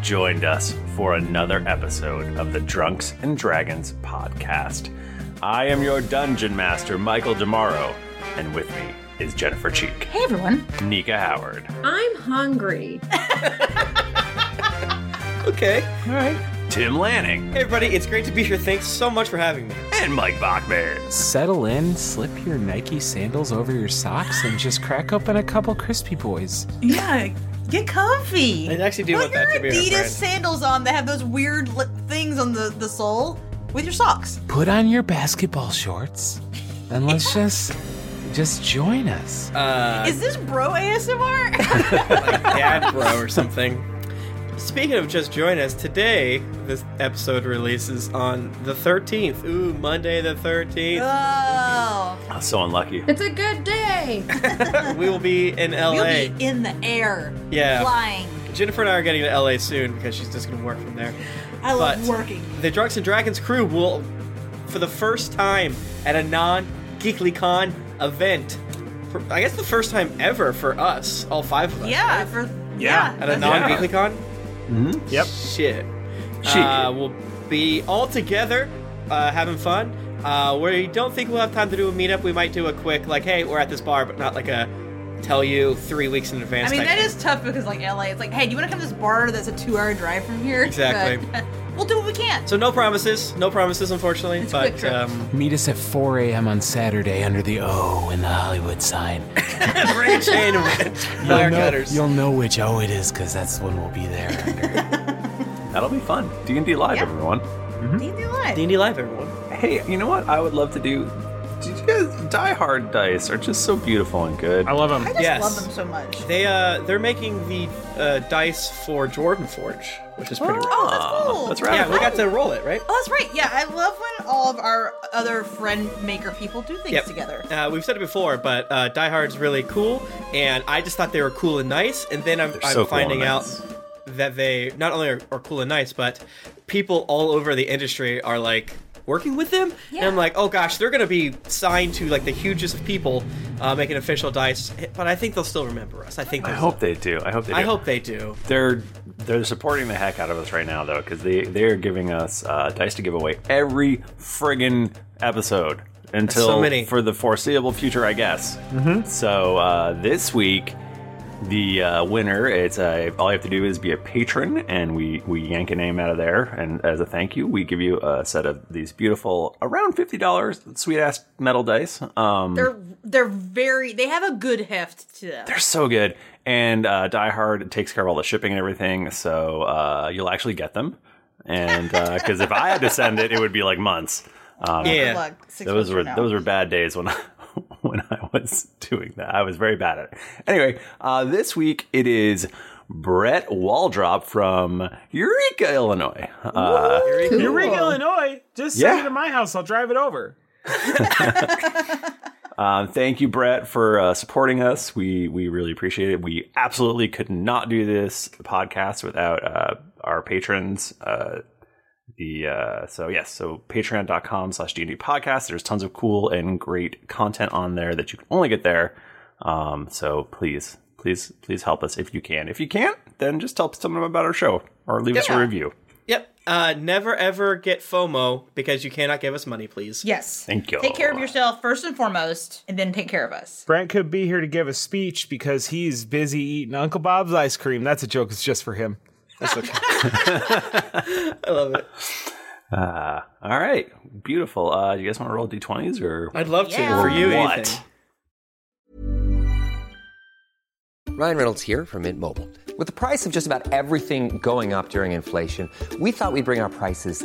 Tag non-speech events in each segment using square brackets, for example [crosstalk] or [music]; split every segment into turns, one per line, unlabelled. joined us for another episode of the Drunks and Dragons podcast. I am your dungeon master, Michael DeMauro, and with me is Jennifer Cheek,
Hey everyone.
Nika Howard.
I'm hungry.
Okay.
All right. Tim Lanning
Hey, everybody, it's great to be here. Thanks so much for having me.
and Mike Bachman.
Settle in, slip your Nike sandals over your socks, and just crack open a couple crispy boys.
Yeah, get comfy.
I actually do
Put
want
your
that to be our
Adidas
brand.
sandals on that have those weird li- things on the, the sole with your socks.
Put on your basketball shorts, and
[laughs]
let's just just join us.
Uh,
Is this bro
[laughs]
ASMR?
like [laughs] dad bro or something. Speaking of just join us, today this episode releases on the 13th. Ooh, Monday the
[laughs]
13th.
oh.
Oh, so unlucky.
It's a good day.
we will be in
You'll
LA.
be in the air.
Yeah.
Flying.
Jennifer and I are getting to LA soon because she's just going to work from there.
I love
But-
working.
The Drunks and Dragons crew will, for the first time at a non GeeklyCon event, for- I guess the first time ever for us, all five of us.
Yeah.
right?
For,
Yeah.
At a
that's-
non
Yeah.
GeeklyCon?
Mm-hmm. Yep.
Shit.
Shit.
Uh, we'll be all together, uh, having fun. Uh, we don't think we'll have time to do a meetup. We might do a quick, like, hey, we're at this bar, but not like a tell you three weeks in advance.
I mean,
type
that
thing.
is tough because, like, LA, it's like, hey, do you want to come to this bar that's a two hour drive from here?
Exactly.
But, [laughs] we'll do what we can.
So no promises, no promises, unfortunately.
It's a quick
but
trip. [laughs]
um, [laughs]
Meet us at 4 a.m. on Saturday under the O in the Hollywood
[laughs]
sign.
bring a chain and wire
know,
cutters.
you'll know which O it is because that's when we'll be there. Under.
That'll be fun. D&D live,
Yeah.
everyone.
D&D Live.
D&D live, everyone.
Hey, you know what? I would love to do. Did you guys? Die Hard dice are just so beautiful and good.
[laughs] I love
I
them.
just
Yes.
love them so much.
They uh, they're making the uh, dice for Jordan Forge, which is pretty. rad.
Oh, that's cool.
That's right.
Yeah, we got to roll it, right?
Oh, that's right. Yeah, I love when all of our other friend maker people do things
Yep.
together.
Uh, we've said it before, but uh, Die Hard's really cool, and I just thought they were cool and nice, and then I'm, I'm
so cool
finding
and
out
nice.
that they not only are, are cool and nice, but people all over the industry are like working with them, and I'm
Yeah.
like, oh gosh, they're gonna be signed to like the hugest of people uh, making official dice, but I think they'll still remember us. I think.
I
they'll
hope
still-
they do. I hope they. Do.
I hope they do.
they're they're supporting the heck out of us right now though because they they are giving us uh, dice to give away every friggin' episode until
so many.
for the foreseeable future i guess mm-hmm. so uh, this week the uh, winner it's uh, all you have to do is be a patron and we we yank a name out of there and as a thank you we give you a set of these beautiful around $50 sweet ass metal dice um
They're they're very they have a good heft to them.
they're so good. And uh, Die Hard takes care of all the shipping and everything, so uh, you'll actually get them. And because if I had to send it, it would be like months. Um,
Yeah.
Plug, six months
those
from
were
now.
those were bad days when [laughs] I, when I was doing that. I was very bad at it. Anyway, uh, this week it is Brett Waldrop from Eureka, Illinois. Uh,
Eureka.
Eureka, Illinois. Just send
Yeah.
it to my house. I'll drive it
[laughs]
over.
Um, thank you, Brett, for uh, supporting us. We we really appreciate it. We absolutely could not do this podcast without uh, our patrons. Uh, the uh, so yes, so patreon.com slash D podcast. There's tons of cool and great content on there that you can only get there. Um, so please, please, please help us if you can. If you can't, then just tell someone about our show or leave us a review.
Yep. Uh, never ever get FOMO because you cannot give us money, please.
yes.
Thank you.
Take care of yourself first and foremost, and then take care of us.
Brent could be here to give a speech because he's busy eating Uncle Bob's ice cream. That's a joke. It's just for him. That's okay.
I love it.
Uh, all right, beautiful. Uh, you guys want to roll d20s or
I'd love
Yeah.
to for you,
What?
Ethan.
Ryan Reynolds here from Mint Mobile. With the price of just about everything going up during inflation, we thought we'd bring our prices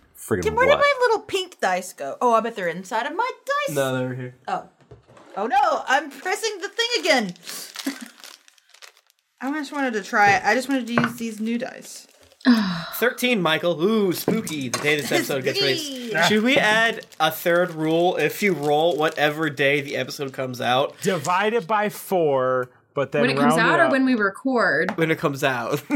friggin'
Where did
what?
my little pink dice go? Oh, I bet they're inside of my dice.
they were here.
Oh. Oh no, I'm pressing the thing again. [laughs] I just wanted to try I just wanted to use these new dice.
13, Michael. Ooh, spooky. The day this episode gets released.
Spooky.
Should we add a third rule? If you roll whatever day the episode comes out,
divide it by four, but then
when it comes
round
out
it
or
up.
when we record.
when it comes out. [laughs]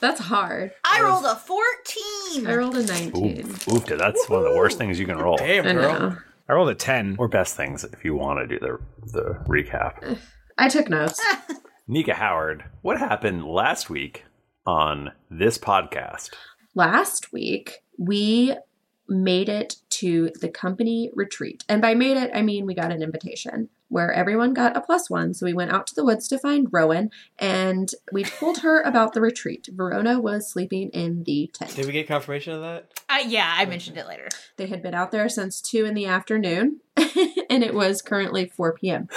That's hard.
I rolled a 14.
I rolled a 19.
Oof, dude, that's one of the worst things you can roll.
Damn,
I
girl.
know.
I rolled a ten.
Or best things if you want to do the the recap.
I took notes.
Nika Howard, what happened last week on this podcast?
Last week, we made it to the company retreat. And by made it, I mean we got an invitation where everyone got a plus one. So we went out to the woods to find Rowan and we told her about the retreat. Verona was sleeping in the tent.
Did we get confirmation of that?
Uh, yeah, I mentioned it later.
They had been out there since 2 in the afternoon, [laughs] and it was currently 4 p.m.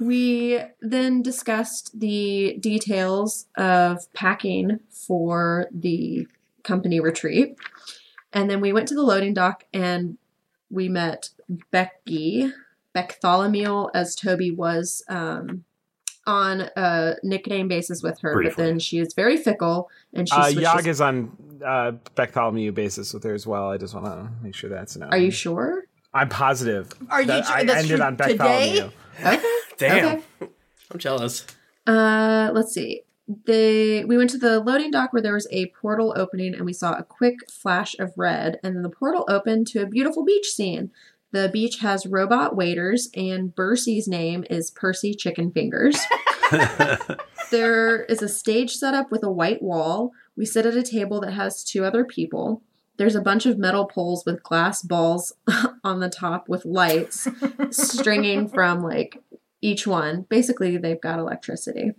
we then discussed the details of packing for the company retreat. And then we went to the loading dock and we met Becky, Bartholomew, as Toby was um, on a nickname basis with her. But
Briefly.
then she is very fickle and she
Uh,
switches.
Yag is on uh, Bartholomew basis with her as well. I just want to make sure that's known.
Are you sure?
I'm positive.
Are you
that
sure
I
that's
ended
true
on
today?
Bartholomew.
Damn.
Okay.
[laughs] I'm jealous.
Uh, let's see. They we went to the loading dock where there was a portal opening, and we saw a quick flash of red, and then the portal opened to a beautiful beach scene. The beach has robot waiters, and Bercy's name is Percy Chicken Fingers. [laughs] there is a stage set up with a white wall. We sit at a table that has two other people. There's a bunch of metal poles with glass balls [laughs] on the top with lights stringing from like each one. Basically, they've got electricity.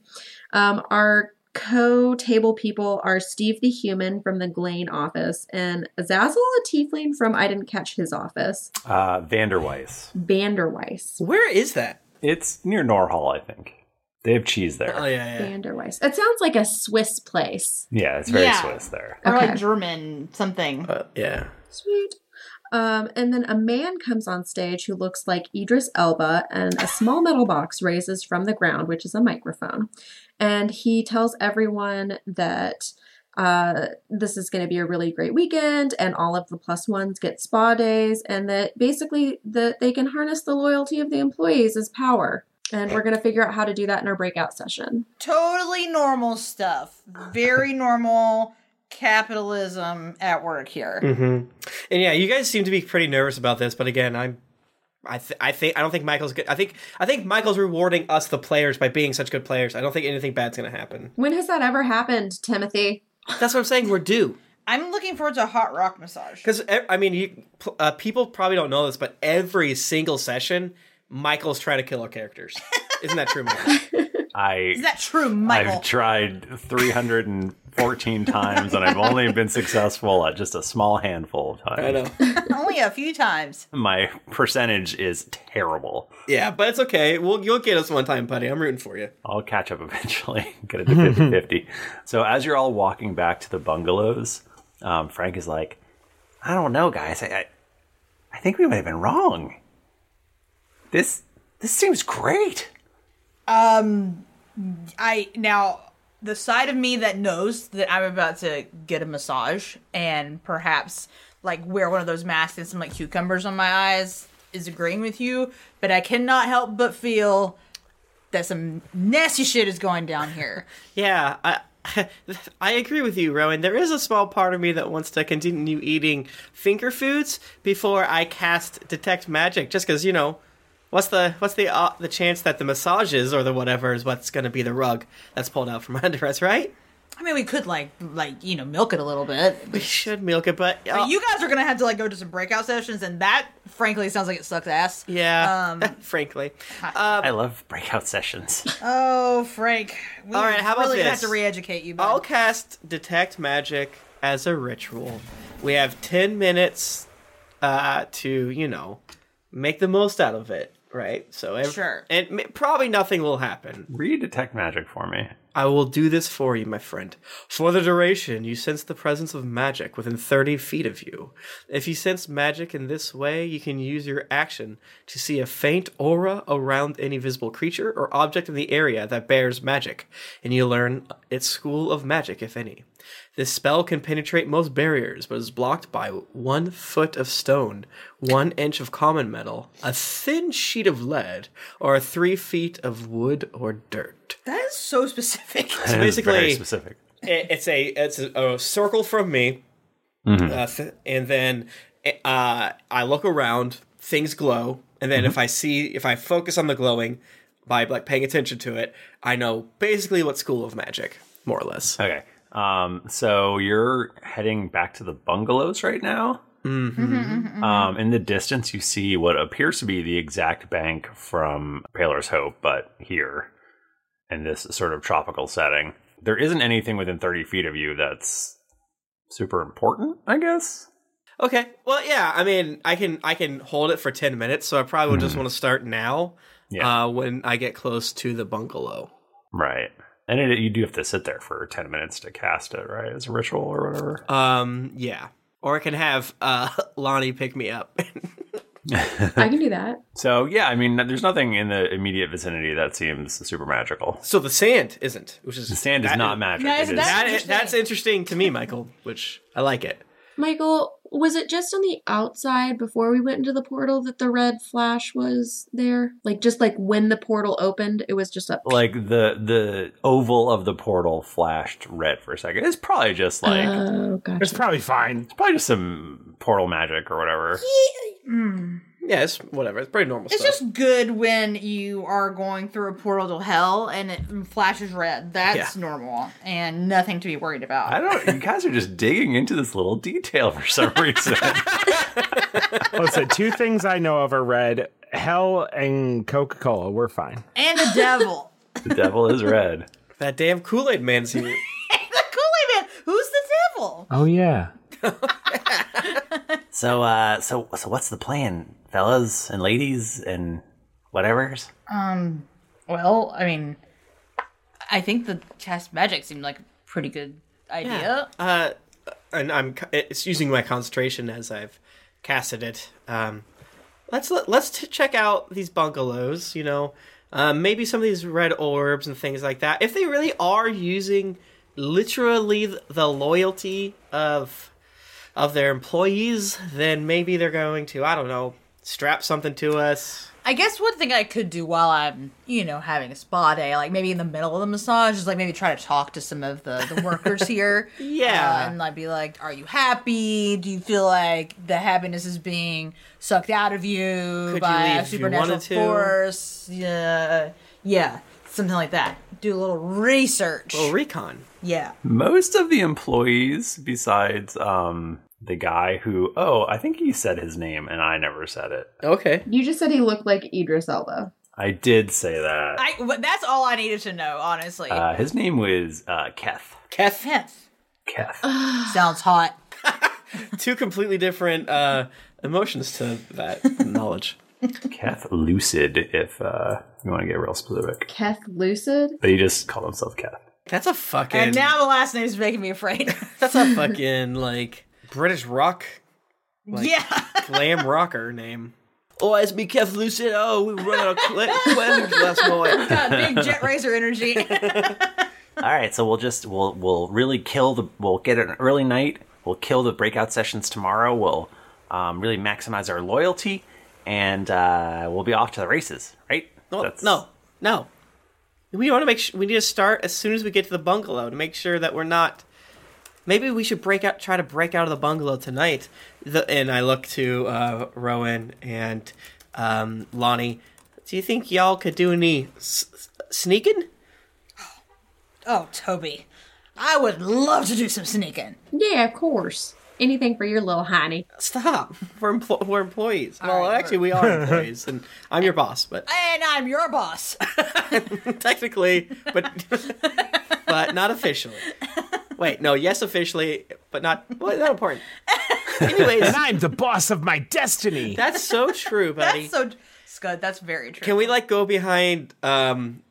Um, our co table people are Steve the Human from the Glane office and Zazzle a tiefling from I Didn't Catch His Office,
Uh, Vanderweiss.
Vanderweiss.
Where is that?
It's near Norhall, I think. They have cheese there.
Uh,
Oh, yeah, yeah.
Vanderweiss. It sounds like a Swiss place.
Yeah, it's very
Yeah.
Swiss there.
Or
Okay.
like German something.
Uh, yeah.
Sweet. Um, and then a man comes on stage who looks like Idris Elba, and a small metal box raises from the ground, which is a microphone. And he tells everyone that uh, this is going to be a really great weekend, and all of the plus ones get spa days, and that basically that they can harness the loyalty of the employees as power. And we're going to figure out how to do that in our breakout session.
Totally normal stuff. Very normal capitalism at work here.
Mm-hmm.
And yeah, you guys seem to be pretty nervous about this, but again, I'm. I, th- I think I don't think Michael's good. I think I think Michael's rewarding us the players by being such good players. I don't think anything bad's gonna happen.
When has that ever happened, Timothy?
That's what I'm saying. We're due
I'm looking forward to a hot rock massage.
because e, I mean, you, pl- uh, people probably don't know this, but every single session, Michael's trying to kill our characters. Isn't that true, Michael?
Is
I
that true, Michael?
I've [laughs] tried
[laughs]
314 times and I've only been successful at just a small handful of times.
Only a few times.
My percentage is terrible.
Yeah, but it's okay. We'll you'll get us one time, buddy. I'm rooting for you.
I'll catch up [laughs] eventually, get it [laughs] to 50 50. So, as you're all walking back to the bungalows, um, Frank is like, I don't know, guys. I, I, I think we might have been wrong. This this seems great.
I now the side of me that knows that I'm about to get a massage and perhaps like wear one of those masks and some like cucumbers on my eyes is agreeing with you, but I cannot help but feel that some nasty shit is going down here.
Yeah, I [laughs] I agree with you, Rowan. There is a small part of me that wants to continue eating finger foods before I cast detect magic, just because you know, what's the what's the uh, the chance that the massages or the whatever is what's going to be the rug that's pulled out from [laughs] under us, right?
I mean, we could like like you know milk it a little bit.
We should milk it, but uh,
But you guys are gonna have to like go to some breakout sessions, and that frankly sounds like it sucks ass. Um,
yeah, [laughs] frankly,
I love breakout sessions.
Oh, Frank. We
All right, how about
really gonna
this? Oh,
have to re-educate you. bud.
I'll cast detect magic as a ritual. We have ten minutes uh, to you know make the most out of it, right? So ev-
Sure.
and m- probably nothing will happen.
Read detect magic for me.
I will do this for you, my friend. For the duration, you sense the presence of magic within 30 feet of you. If you sense magic in this way, you can use your action to see a faint aura around any visible creature or object in the area that bears magic, and you learn its school of magic, if any. This spell can penetrate most barriers, but is blocked by one foot of stone, one inch of common metal, a thin sheet of lead, or three feet of wood or dirt.
That is so specific.
So basically,
very specific.
it- it's a it's a, a circle from me,
Mm-hmm.
uh, th- and then uh, I look around. Things glow, and then
Mm-hmm.
if I see if I focus on the glowing by like paying attention to it, I know basically what school of magic, more or less.
Okay. Um, so you're heading back to the bungalows right now.
Mm-hmm,
Um, in the distance, you see what appears to be the exact bank from Paler's Hope, but here in this sort of tropical setting. There isn't anything within 30 feet of you that's super important, I guess.
Okay, well, yeah, I mean, I can I can hold it for ten minutes, so I probably would just want to start now.
Mm-hmm. Yeah.
Uh, when I get close to the bungalow.
Right. And it, you do have to sit there for 10 minutes to cast it, right? As a ritual or whatever.
Um, yeah. Or I can have uh, [laughs] Lonnie pick me up.
I can do that.
so, yeah, I mean, there's nothing in the immediate vicinity that seems super magical.
so the sand isn't, which is
The sand is
that
not magic.
Yeah,
It
isn't
is-
that-
That is, that's interesting to me, Michael. Which I like it.
Michael, was it just on the outside before we went into the portal that the red flash was there? Like just like when the portal opened, it was just up.
like the the oval of the portal flashed red for a second. It's probably just like
oh gosh.
It's probably fine.
it's probably just some portal magic or whatever.
Yeah, it's whatever. It's pretty normal
It's
stuff.
just good when you are going through a portal to hell and it flashes red. That's
Yeah.
normal and nothing to be worried
I
about.
don't. You guys are just digging into this little detail for some [laughs] reason.
Listen,
[laughs]
two things I know of are red. Hell and Coca Cola, we're fine.
And the devil. [laughs]
the devil is red.
that damn Kool Aid Man's [laughs] here.
the Kool-Aid man. Who's the devil?
Oh, yeah.
So uh, so so what's the plan, fellas and ladies and whatever's?
Well, I mean, I think the cast magic seemed like a pretty good idea.
uh, and I'm c- it's using my concentration as I've casted it. Um, let's l- let's t- check out these bungalows. You know, um, maybe some of these red orbs and things like that. If they really are using literally th- the loyalty of of their employees, then maybe they're going to I don't know strap something to us.
I guess one thing I could do while I'm, you know, having a spa day, like maybe in the middle of the massage, is like maybe try to talk to some of the, the
[laughs]
workers here.
Yeah.
Uh, and I'd be like, are you happy? Do you feel like the happiness is being sucked out of you
you
by
leave
a
if you
supernatural
wanted to?
force? Yeah. Yeah. Something like that. Do a little research.
Oh, recon.
yeah.
Most of the employees, besides um the guy who oh I think he said his name and I never said it.
Okay.
You just said he looked like Idris Elba.
I did say that.
I, but that's all I needed to know, honestly.
Uh, his name was uh, Keth.
[laughs]
Keth,
Yes.
Keth.
Sounds hot.
two completely different uh, emotions to [laughs] that knowledge.
Keth Lucid, if uh, you want to get real specific.
Keth Lucid?
But he just called himself [laughs] Keth.
That's a fucking.
And now the last name's making me afraid. [laughs]
That's a fucking like British rock
yeah. [laughs]
glam rocker name. Oh, it's me, Kev Lucid. Oh, we run out of [laughs] cl- cleanse last night.
God, big jet razor energy. [laughs]
All right, so we'll just we'll we'll really kill the we'll get an early night. We'll kill the breakout sessions tomorrow. We'll um, really maximize our loyalty, and uh, we'll be off to the races. Right?
No,
That's-
Oh,
[laughs]
no, no. We want to make. Sh- we need to start as soon as we get to the bungalow to make sure that we're not. Maybe we should break out. Try to break out of the bungalow tonight. The, and I look to uh, Rowan and um, Lonnie. Do you think y'all could do any s- s- sneaking?
oh, Toby. I would love to do some sneaking.
Yeah, of course. Anything for your little honey.
Stop. [laughs] We're, empl- we're employees. well, actually, we are employees, and I'm your boss, but
And I'm your boss. [laughs]
technically, but but not officially. Wait, no, yes, officially, but not well, not important. Anyways,
And I'm the boss of my destiny.
that's so true, buddy.
That's so Scud, that's very true.
Can we like go behind? um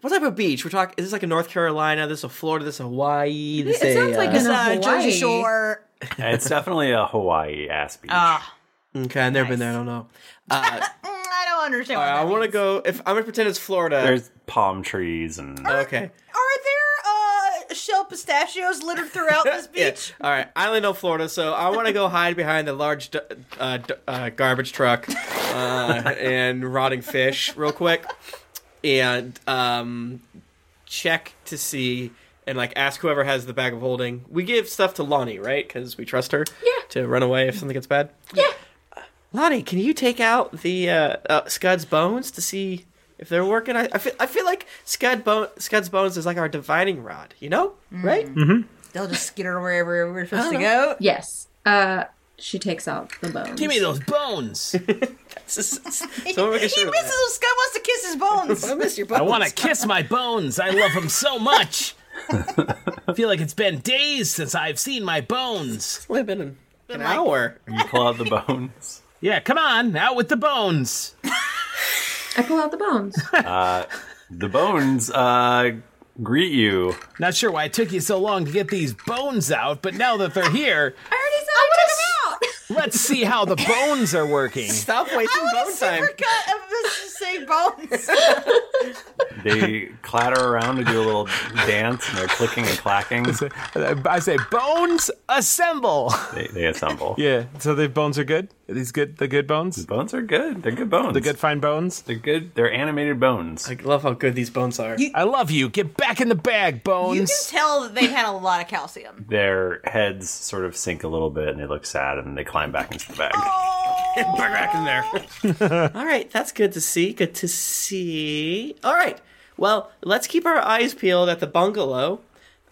What type of beach we're talking? Is this like a North Carolina? This a Florida? This a Hawaii? This
It
a,
sounds like
uh,
It's
an-
uh, Jersey
Hawaii.
Shore.
it's definitely a Hawaii ass beach.
Ah. uh, okay. I've never been there. I don't know.
Mm, I don't understand. what that
Uh, I want to
means.
go. If I'm gonna pretend it's Florida. [laughs]
There's palm trees and
okay.
Are there uh shell pistachios littered throughout
[laughs]
this
Yeah.
beach.
All right, I only know Florida, so I want to go hide behind the large d- uh, d- uh, garbage truck uh, and rotting fish real quick, and um, check to see and like ask whoever has the bag of holding. We give stuff to Lonnie, right? Because we trust her yeah. to run away if something gets bad. Yeah. Lonnie, can you take out the uh, uh, Scud's bones to see if they're working? I, I feel I feel like Scud bone Scud's bones is like our divining rod, you know, right?
They'll just skitter wherever we're supposed to go.
Yes. Uh, she takes out the bones.
Give me
[laughs]
those bones.
[laughs]
So we're making
He
sure of
misses
that.
him. Scott wants to kiss his
I [laughs]
bones.
miss your bones.
I want to kiss my bones. I love them
[laughs]
so much. I feel like it's been days since I've seen my bones.
It's only been an, an hour.
You pull out the bones.
Yeah, come on, out with the bones.
[laughs] I pull out the bones.
The bones uh, greet you.
Not sure why it took you so long to get these bones out, but now that they're here,
I already said I, took them out.
let's see how the bones are working.
Stop wasting bone time.
Supercut of this just saying bones.
They [laughs] clatter around to do a little dance, and they're clicking and clacking.
uh, I say bones assemble.
They, they
[laughs]
assemble.
Yeah. So the bones are good. Are these good. The good bones.
Bones are good. They're good bones.
The good fine bones.
They're good. They're animated bones.
I love how good these bones are.
I love you. Get back in the bag,
You can
bones.
tell that they've had a lot of calcium.
Their heads sort of sink a little bit, and they look sad, and they climb back into the
[laughs]
bag.
Back back in there. All right, that's good to see. Good to see. All right. Well, let's keep our eyes peeled at the bungalow.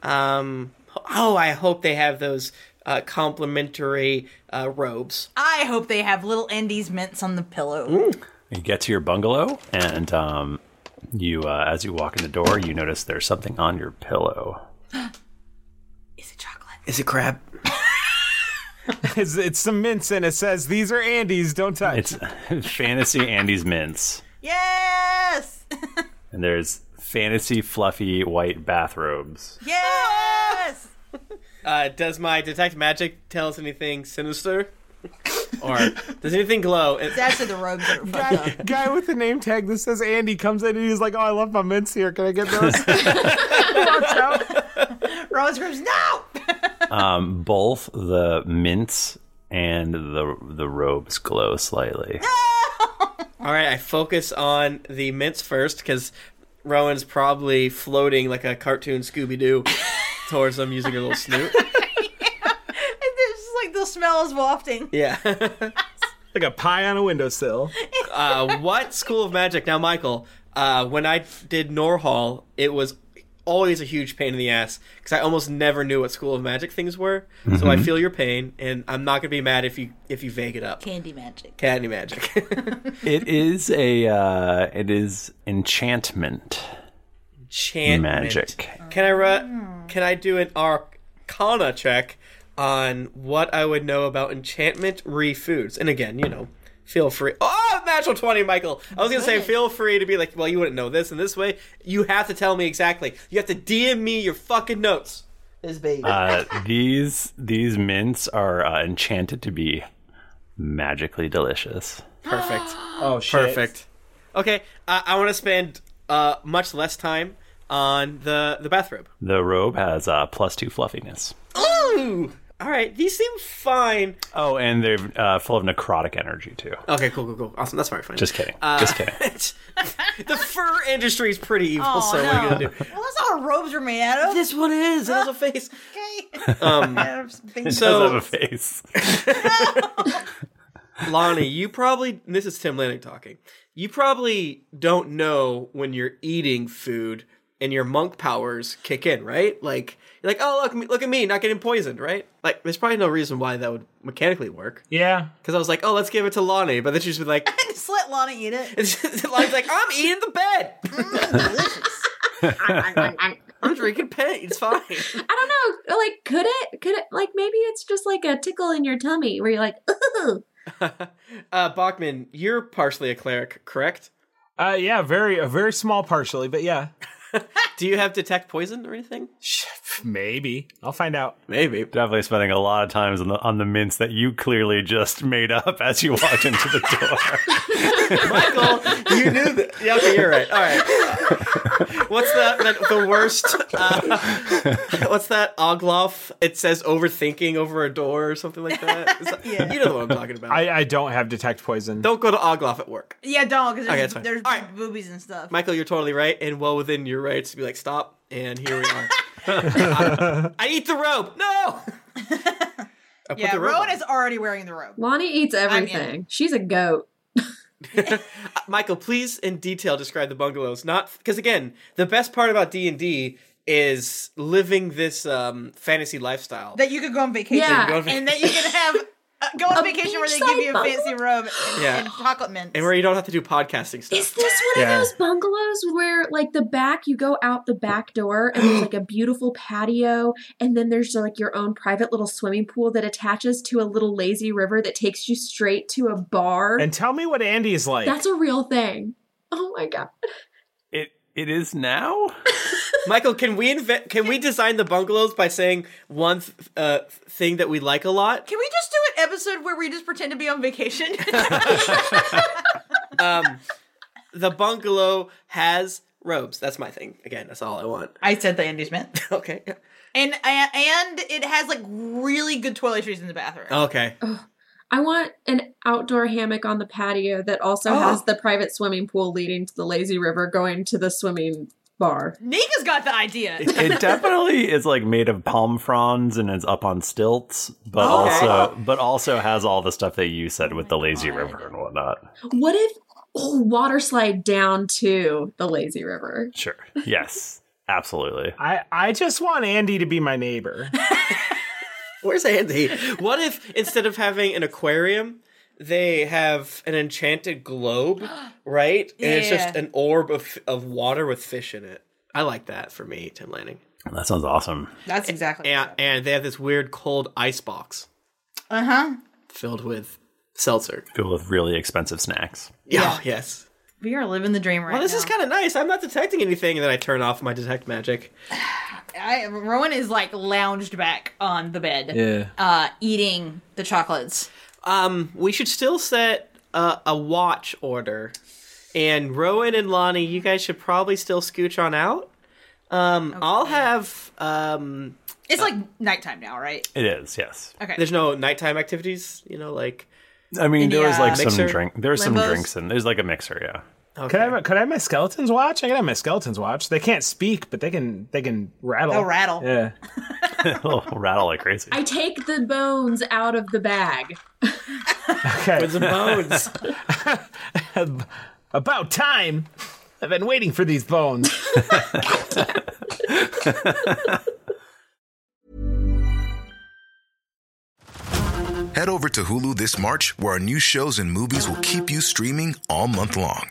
Um. Oh, I hope they have those uh, complimentary uh, robes.
I hope they have little Andy's mints on the pillow.
You get to your bungalow, and um, you, uh, as you walk in the door, you notice there's something on your pillow.
Is it chocolate?
Is it crab?
It's, it's some mints and it says these are Andes. Don't touch.
It's [laughs] fantasy Andy's mints,
Yes!
and there's fantasy fluffy white bathrobes.
Yes!
Uh, does my detect magic tell us anything sinister? or [laughs] does anything glow?
[laughs] That's the robes that are fucked up.
guy with the name tag that says Andy comes in and he's like, "Oh, I love my mints here. Can I get those?"
Rose screams, no! [laughs]
Um, Both the mints and the the robes glow slightly.
All right, I focus on the mints first because Rowan's probably floating like a cartoon Scooby Doo towards them using her little snoot.
And there's just like the smell is wafting.
Yeah.
[laughs] like a pie on a windowsill.
[laughs] Uh, what school of magic? Now, Michael, uh, when I did Norhall, it was always a huge pain in the ass because I almost never knew what school of magic things were. So I feel your pain, and I'm not gonna be mad if you if you vague it up.
Candy magic.
Cadney magic. [laughs]
It is a uh, it is enchantment
Chant
magic.
Can I ru- can I do an arcana check on what I would know about enchantment re foods? And again, you know, feel free. Oh, natural twenty, Michael. I was gonna say feel free to be like, well, you wouldn't know this and this way. You have to tell me exactly. You have to DM me your fucking notes. This baby.
Uh, these these mints are uh, enchanted to be magically delicious.
Perfect.
Oh, shit.
Perfect. Okay, I, I want to spend uh, much less time on the the bathrobe.
The robe has uh, plus two fluffiness.
Ooh. All right, these seem fine.
Oh, and they're uh, full of necrotic energy too.
Okay, cool, cool, cool. Awesome. That's fine. Fine.
Just kidding. Just
[laughs]
kidding.
the fur industry is pretty evil,
Oh,
so what are you
no.
gonna do?
Well, that's not what robes are made out of. [laughs]
This one is. It has a face.
Okay. [laughs]
It does have
Um, So,
a face.
Lonnie, you probably this is Tim Lennox talking. You probably don't know when you're eating food and your monk powers kick in, right? Like, you're like, oh look, look at me, not getting poisoned, right? Like, there's probably no reason why that would mechanically work.
Yeah.
Because I was like, oh, let's give it to Lonnie, but then she's been like,
[laughs] Just let Lana eat it.
[laughs] Lonnie's like, I'm eating the bed,
Delicious.
[laughs] I
I'm drinking paint,
[laughs]
it's fine.
don't know. Like, could it? Could it? Like, maybe it's just like a tickle in your tummy where you're like, [laughs] ooh.
Uh, Bachman, you're partially a cleric, correct?
Uh, yeah, very a very small partially, but yeah.
Do you have detect poison or anything?
[laughs] Maybe. I'll find out.
Maybe. Definitely spending a lot of times on the on the mints that you clearly just made up as you walked into the door.
you knew that. Yeah, okay, you're right. All right. What's that? The, the worst. Uh, what's that? Ogloff. It says overthinking over a door or something like that. Is that- You know what I'm talking about.
I, I don't have detect poison.
Don't go to Ogloff at work.
Yeah, don't because
Okay,
there's,
that's fine.
there's boobies and stuff.
Michael, you're totally right, and well within your rights to be like, stop, and here we are. I, I eat the rope. No. I put
yeah,
the rope
Rowan
on.
is already wearing the robe.
Lonnie eats everything. She's a goat.
Uh, Michael, please in detail describe the bungalows. Not because again, the best part about D and D is living this um, fantasy lifestyle.
That you could go on vacation.
Yeah. Go on vac-
and that you can have uh, go on
A
vacation where they give
beachside
you a
bubble?
fancy robe and,
[laughs] Yeah.
and chocolate mint.
and where you don't have to do podcasting stuff.
Is this one
Yeah.
of those bungalows where, like, the back, you go out the back door and there's like a beautiful patio, and then there's like your own private little swimming pool that attaches to a little lazy river that takes you straight to a bar?
And tell me what Andy's like.
That's a real thing. Oh my god.
It it is now.
Michael, can we invent? Can we design the bungalows by saying one th- uh, thing that we like a lot?
Can we just do an episode where we just pretend to be on vacation?
Um, the bungalow has robes. That's my thing. Again, that's all I want.
[laughs] I said the Andy's mint.
okay.
[laughs] and and and it has like really good toiletries in the bathroom.
Okay.
I want an outdoor hammock on the patio that also
Oh.
has the private swimming pool leading to the lazy river going to the swimming bar.
Nika's got the
[laughs]
idea.
It definitely is like made of palm fronds and is up on stilts, but
Okay.
also but also has all the stuff that you said with the lazy river and whatnot.
What if oh, water slide down to the lazy river?
Sure. Yes. Absolutely.
I, I just want Andy to be my neighbor.
Where's Andy? What if instead of having an aquarium, they have an enchanted [gasps] globe, right? And it's just
Yeah.
an orb of of water with fish in it. I like that for me, Tim Lanning.
That sounds awesome.
That's exactly.
And, and they have this weird cold ice box
Uh huh.
filled with seltzer.
Filled with really expensive snacks.
Yeah. Oh, yes.
We are living the dream right
Well, this
now.
is kind of nice. I'm not detecting anything, and then I turn off my detect magic.
I, Rowan is like lounged back on the bed,
Yeah.
uh, eating the chocolates.
Um, we should still set uh, a watch order, and Rowan and Lonnie, you guys should probably still scooch on out. Um, I'll have um.
It's like nighttime now, right?
It is, yes.
Okay.
There's no nighttime activities, you know, like
I mean, there was
Yeah.
like some
Mixer?
drink. There's some
Limbos?
drinks and there's like a mixer, yeah. [laughs]
okay.
Could I have a, could I have my skeletons watch? I can have my skeletons watch. They can't speak, but they can they can rattle.
They'll rattle.
Yeah.
It'll rattle like crazy.
I take the bones out of the bag.
Okay.
the bones.
[laughs]
About time. I've been waiting for these bones.
Head over to Hulu this March, where our new shows and movies will keep you streaming all month long.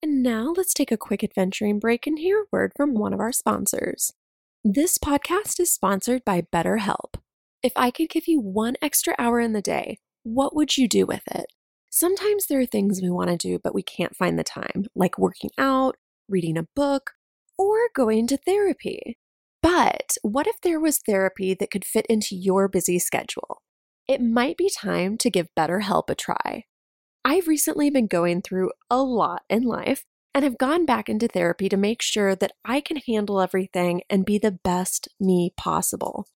And now let's take a quick adventuring break and hear a word from one of our sponsors. This podcast is sponsored by BetterHelp. If I could give you one extra hour in the day, what would you do with it? Sometimes there are things we want to do, but we can't find the time, like working out, reading a book, or going to therapy. But what if there was therapy that could fit into your busy schedule? It might be time to give BetterHelp a try. I've recently been going through a lot in life and have gone back into therapy to make sure that I can handle everything and be the best me possible.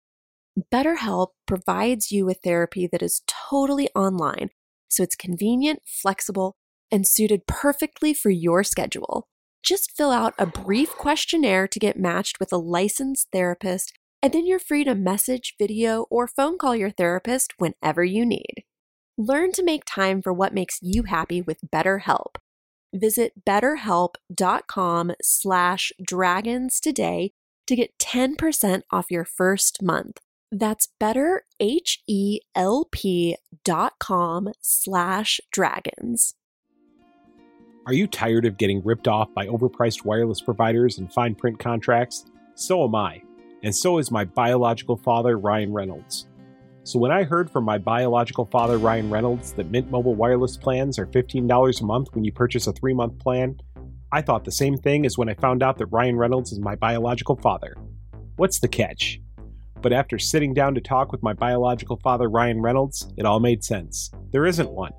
BetterHelp provides you with therapy that is totally online, so it's convenient, flexible, and suited perfectly for your schedule. Just fill out a brief questionnaire to get matched with a licensed therapist, and then you're free to message, video, or phone call your therapist whenever you need. Learn to make time for what makes you happy with BetterHelp. Visit betterhelp.com slash dragons today to get 10% off your first month.
That's betterhelp.com slash dragons.
Are you tired of getting ripped off by overpriced wireless providers and fine print contracts? So am I. And so is my biological father, Ryan Reynolds. So when I heard from my biological father, Ryan Reynolds, that Mint Mobile wireless plans are $15 a month when you purchase a three month plan, I thought the same thing as when I found out that Ryan Reynolds is my biological father. What's the catch? But after sitting down to talk with my biological father, Ryan Reynolds, it all made sense. There isn't one.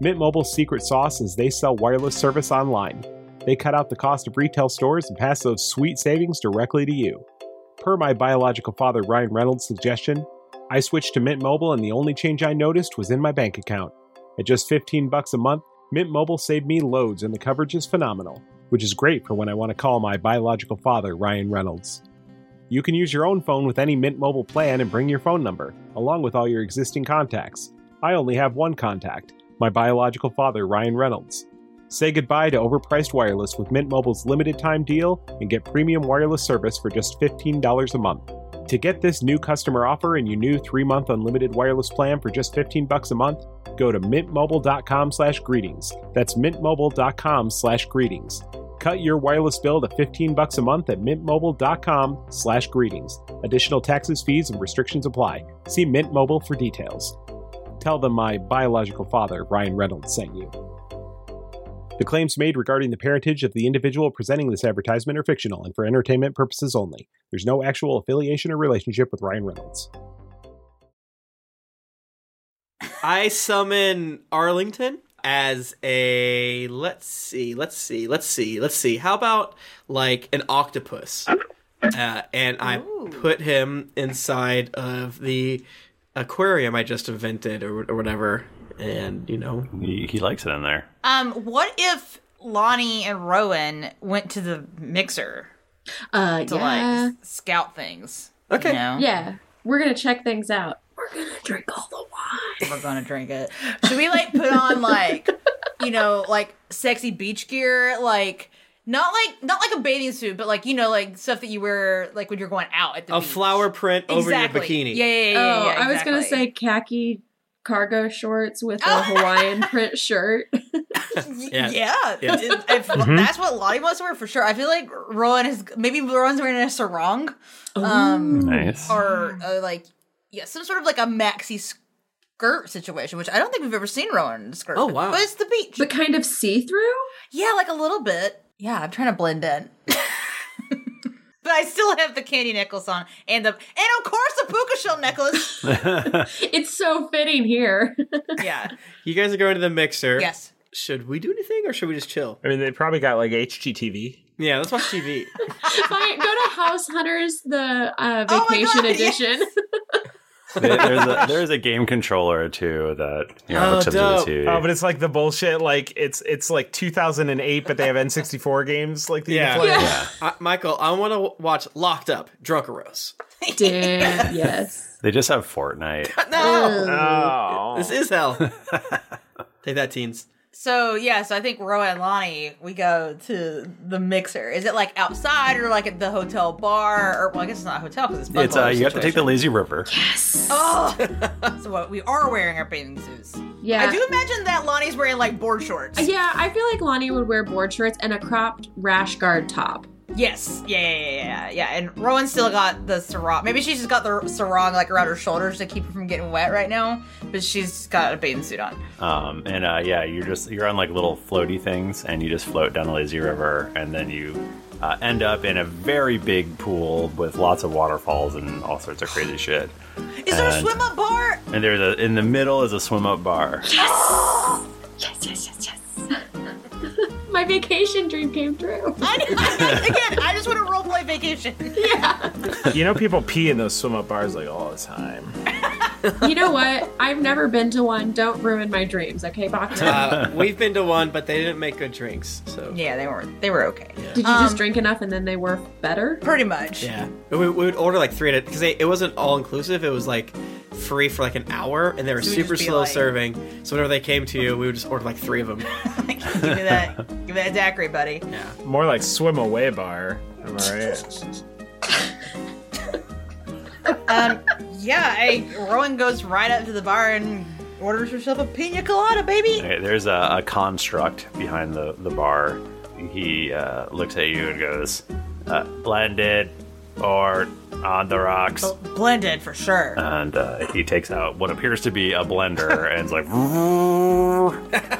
Mint Mobile's secret sauce is they sell wireless service online. They cut out the cost of retail stores and pass those sweet savings directly to you. Per my biological father Ryan Reynolds' suggestion, I switched to Mint Mobile and the only change I noticed was in my bank account. At just 15 bucks a month, Mint Mobile saved me loads and the coverage is phenomenal, which is great for when I want to call my biological father Ryan Reynolds. You can use your own phone with any Mint Mobile plan and bring your phone number, along with all your existing contacts. I only have one contact my biological father, Ryan Reynolds. Say goodbye to overpriced wireless with Mint Mobile's limited time deal and get premium wireless service for just $15 a month. To get this new customer offer and your new three-month unlimited wireless plan for just 15 bucks a month, go to mintmobile.com slash greetings. That's mintmobile.com slash greetings. Cut your wireless bill to 15 bucks a month at mintmobile.com slash greetings. Additional taxes, fees, and restrictions apply. See Mint Mobile for details. Tell them my biological father, Ryan Reynolds, sent you. The claims made regarding the parentage of the individual presenting this advertisement are fictional and for entertainment purposes only. There's no actual affiliation or relationship with Ryan Reynolds.
I summon Arlington as a let's see, let's see, let's see, let's see. How about like an octopus? Uh, and I put him inside of the aquarium I just invented or, or whatever. And you know,
he, he likes it in there.
Um, what if Lonnie and Rowan went to the mixer
Uh,
to
yeah.
like scout things?
Okay.
You know?
Yeah. We're going to check things out.
We're gonna drink it. Should we like put on like you know like sexy beach gear like. Not like not like a bathing suit, but like you know, like stuff that you wear like when you're going out at the
a
beach.
flower print over
Exactly.
your bikini.
Yeah, yeah, yeah, yeah,
oh,
yeah,
I was going to
exactly.
say khaki cargo shorts with a Hawaiian print shirt.
Yeah,
yeah. Yeah.
if- if
Mhm.
that's what Lottie wants to wear for sure. I feel like Rowan is maybe Rowan's wearing a sarong, um,
Nice.
or uh, like yeah, some sort of like a maxi skirt situation, which I don't think we've ever seen Rowan in a skirt.
Oh, wow.
But it's the beach,
but kind of see through.
Yeah, like a little bit. Yeah, I'm trying to blend in. [laughs] But I still have the candy necklace on, and the and of course the puka shell necklace.
it's so fitting here.
yeah,
You guys are going to the mixer.
Yes.
Should we do anything or should we just chill?
I mean, they probably got like HGTV.
Yeah, let's watch TV.
Fine, go to House Hunters, the uh, vacation edition. [laughs]
There- there's, a, there's a game controller too that you know, hooks up to the TV.
Oh, but it's like the bullshit. Like it's it's like 2008, but they have N64 games like the
Yeah.
play.
Yeah. Uh, Michael, [laughs] I want to watch Locked Up, Drunk Rose.
Damn, yes.
They just have
[laughs]
Fortnite.
No!
Oh.
This is [laughs] hell. Take that, teens.
So yeah, so I think Roa and Lonnie, we go to the mixer. Is it like outside or like at the hotel bar? Or well, I guess it's not a hotel because it's Bungalow
It's uh, you have to take
situation.
the lazy river. [laughs]
Oh, so what, we are wearing our bathing suits.
Yeah.
I do imagine that Lonnie's wearing like board shorts.
Yeah, I feel like Lonnie would wear board shorts and a cropped rash guard top.
Yes. Yeah, yeah, yeah, yeah, yeah. And Rowan's still got the sarong. Maybe she's just got the sarong like around her shoulders to keep her from getting wet right now. But she's got a bathing suit on.
Um, and uh, yeah, you're just you're on like little floaty things, and you just float down the lazy river, and then you uh, end up in a very big pool with lots of waterfalls and all sorts of crazy shit.
Is there a
And-
swim up bar?
And there's a in the middle is a swim up bar. [laughs]
Yes! Yes, yes, yes, yes. [laughs] My vacation dream came true.
I [laughs] Again, I just want to roleplay vacation. [laughs] Yeah.
you know, people pee in those swim up bars like all the time.
you know what? I've never been to one. Don't ruin my dreams, okay, Bakta?
Uh, we've been to one, but they didn't make good drinks. So
yeah, they weren't. They were okay.
Did you just drink enough and then they were better?
Pretty much.
Yeah, we, we would order like three at a because it wasn't all inclusive. It was like free for like an hour, and they were
So we'd
super
just be
slow
like-
serving. So whenever they came to you, we would just order like three
[laughs]
of them.
Give me that.
[laughs]
Give me that daiquiri, buddy.
Yeah.
More like swim away bar. Am I right?
Um, Yeah, hey, Rowan goes right up to the bar and orders herself a pina colada, baby.
Okay, there's a, a construct behind the, the bar. He uh, looks at you and goes, uh, blended or on the rocks.
Blended for sure.
And uh, he takes out what appears to be a blender [laughs] and is like,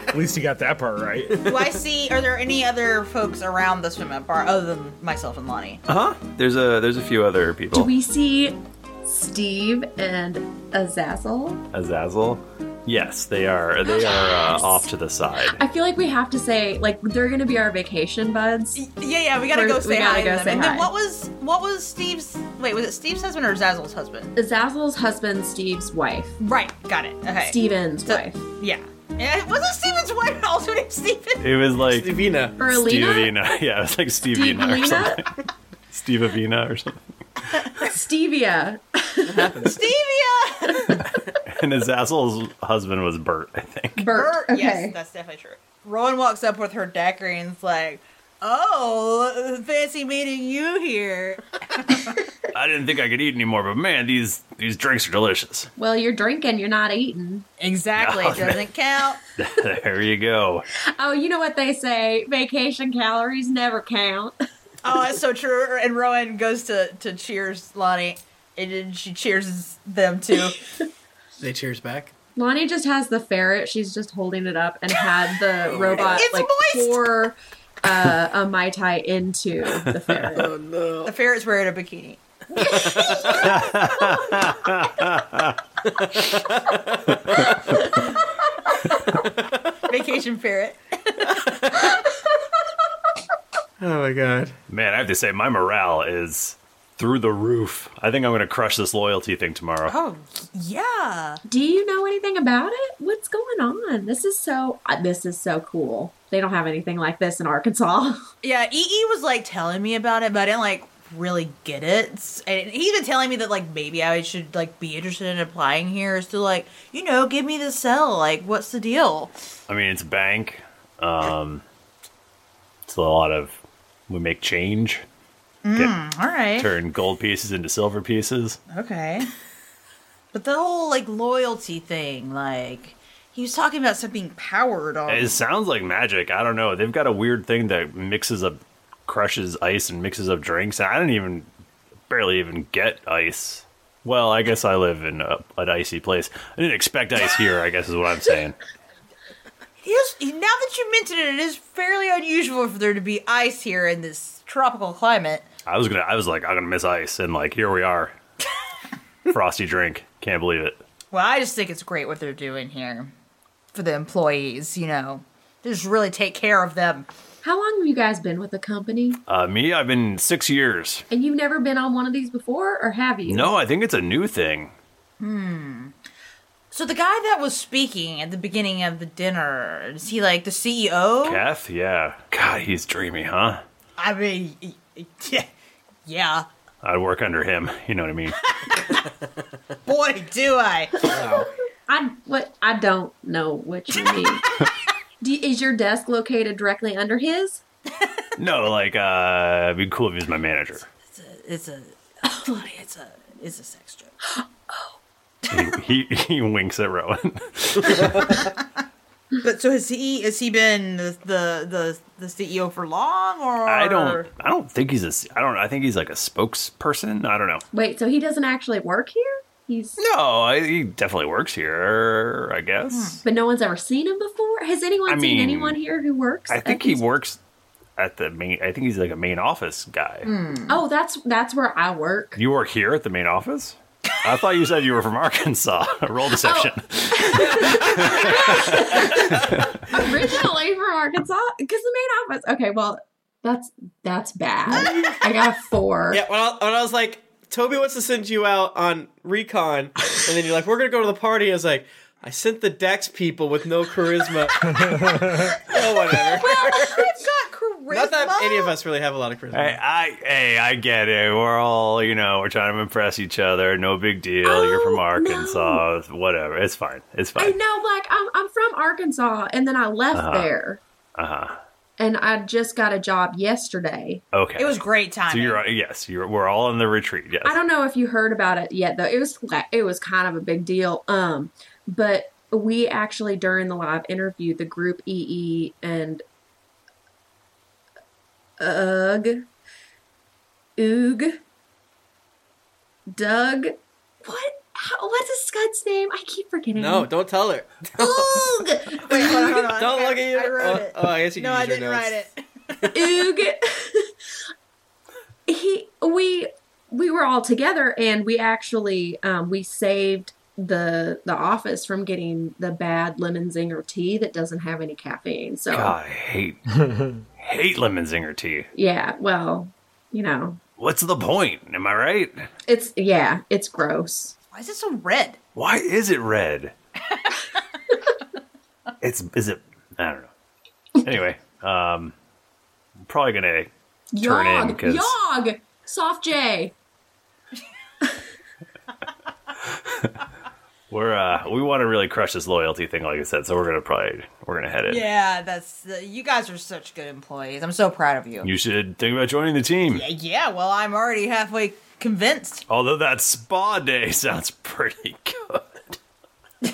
At least you got that part right.
Do I see? Are there any other folks around the swim up bar other than myself and Lonnie?
uh huh. There's a there's a few other
Do
people.
we see Steve and Azazel?
Azazel. Yes, they are. They are uh, off to the side.
I feel like we have to say like they're gonna be our vacation buds.
Yeah, yeah, we gotta
We're-
go say hi to them.
say
and then
hi.
what was what was Steve's? Wait, was it Steve's husband or Zazzle's husband?
Azazel's husband, Steve's wife.
Right, got it. Okay.
Steven's wife.
Yeah. Yeah, [laughs] wasn't Steven's wife also named Steven?
It was like
Stevina.
Or Alina?
Stevina. [laughs] Yeah, it was like Stevina or
Stevina?
something. Stevavina or something.
[laughs]
[laughs]
Stevia.
And Azazel's husband was Bert, I think.
Bert.
Yes, that's definitely true. Rowan walks up with her daiquiri and is like, "Oh, fancy meeting you here."
I didn't think I could eat anymore, but man, these these drinks are delicious.
Well, you're drinking, you're not eating.
Exactly.
it doesn't
count.
[laughs] there you go.
Mm-hmm.
Oh, you know what they say? Vacation calories never count.
oh, that's so true. And Rowan goes to to cheers Lonnie, and then she cheers them too.
They cheers back.
Lonnie just has the ferret. She's just holding it up and had the robot
[laughs] It's
like pour uh, a mai tai into the
[laughs]
ferret.
Oh,
Um,
no.
The ferret's wearing a bikini. [laughs] Vacation ferret.
Oh my god.
Man, I have to say my morale is through the roof. I think I'm gonna crush this loyalty thing tomorrow.
Oh, yeah.
Do you know anything about it? What's going on? This is so uh, this is so cool. They don't have anything like this in Arkansas. [laughs]
Yeah, EE was like telling me about it, but I didn't like really get it. And he's been telling me that like maybe I should like be interested in applying here is to like, you know, give me the cell. Like, what's the deal?
I mean it's bank. Um it's a lot of we make change.
Mm, all right.
Turn gold pieces into silver pieces.
Okay. But the whole like loyalty thing, like he was talking about something powered on.
It sounds like magic. I don't know. They've got a weird thing that mixes up crushes ice and mixes up drinks. And I don't even barely even get ice. Well, I guess I live in a, an icy place. I didn't expect ice here, I guess is what I'm saying.
It is- now that you mention it, it is fairly unusual for there to be ice here in this tropical climate.
I was gonna I was like, I'm gonna miss ice and like here we are. Frosty drink. Can't believe it.
Well, I just think it's great what they're doing here for the employees. You know, they just really take care of them.
How long have you guys been with the company?
Uh me, I've been six years.
And you've never been on one of these before, or have you?
No, I think it's a new thing.
Hmm. So the guy that was speaking at the beginning of the dinner is he like the E CEO?
Kath, yeah. God, he's dreamy, huh?
I mean, y- y- yeah, yeah.
I'd work under him, [laughs] you know what I mean?
Boy, do I.
I what I don't know what you
[laughs]
mean. Do, is your desk located directly under his?
no, like uh it'd be cool if he was my manager.
It's a, [laughs] Lonnie, it's a, it's a sex joke.
he [laughs] he winks at Rowan. [laughs]
But so has he? Has he been the the the, the CEO for long? Or
I don't I don't think he's a s- I don't I think he's like a spokesperson. I don't know.
Wait, so he doesn't actually work here? He's
No, I, he definitely works here. I guess.
but no one's ever seen him before. Has anyone
I
seen
mean,
anyone here who works?
I
at
think he
these-
works at the main. I think he's like a main office guy.
Oh, that's that's where I work.
You work here at the main office. I thought you said you were from Arkansas. [laughs] Roll deception.
[laughs] Originally from Arkansas, because the main office. Okay, well, that's that's bad. I got a
[laughs]
four.
[laughs] Yeah, when I, when I was like, Toby wants to send you out on recon, and then you're like, we're gonna go to the party. I was like, I sent the Dex people with no [laughs] charisma. oh, whatever. Not that any of us really have a lot of charisma.
Hey, I hey, I get it. We're all you know. We're trying to impress each other. No big deal. You're from Arkansas. Whatever. It's fine. It's
Oh, I
fine.
know, like I'm I'm from Arkansas, and then I left
Uh-huh.
there,
Uh huh.
and I just got a job yesterday.
Okay.
It was great
So
timing.
you're yes, you're we're all in the retreat. Yes.
I don't know if you heard about it yet though. It was like, it was kind of a big deal. Um, but we actually during the live interview, the group EE and Ugh, Oog, Doug. What? How, what's this Scud's name? I keep forgetting.
No, don't tell [laughs] her. Don't look at you. oh, oh, I guess you can use your notes.
Oog. he we we were all together and we actually um, we saved the the office from getting the bad lemon zinger tea that doesn't have any caffeine. So
God, I hate hate lemon zinger tea.
yeah, well, you know,
What's the point? Am I right?
it's yeah, it's gross.
Why is it so red?
Why is it
[laughs]
red? it's is it I don't know. Anyway, um I'm probably gonna turn in
Yog,
because
yog, soft J.
we're uh we wanna really crush this loyalty thing like I said, so we're gonna probably we're gonna head in.
Yeah, that's uh, you guys are such good employees. I'm so proud of you.
You should think about joining the team.
Yeah, yeah, well, I'm already halfway convinced.
Although that spa day [laughs] sounds pretty good.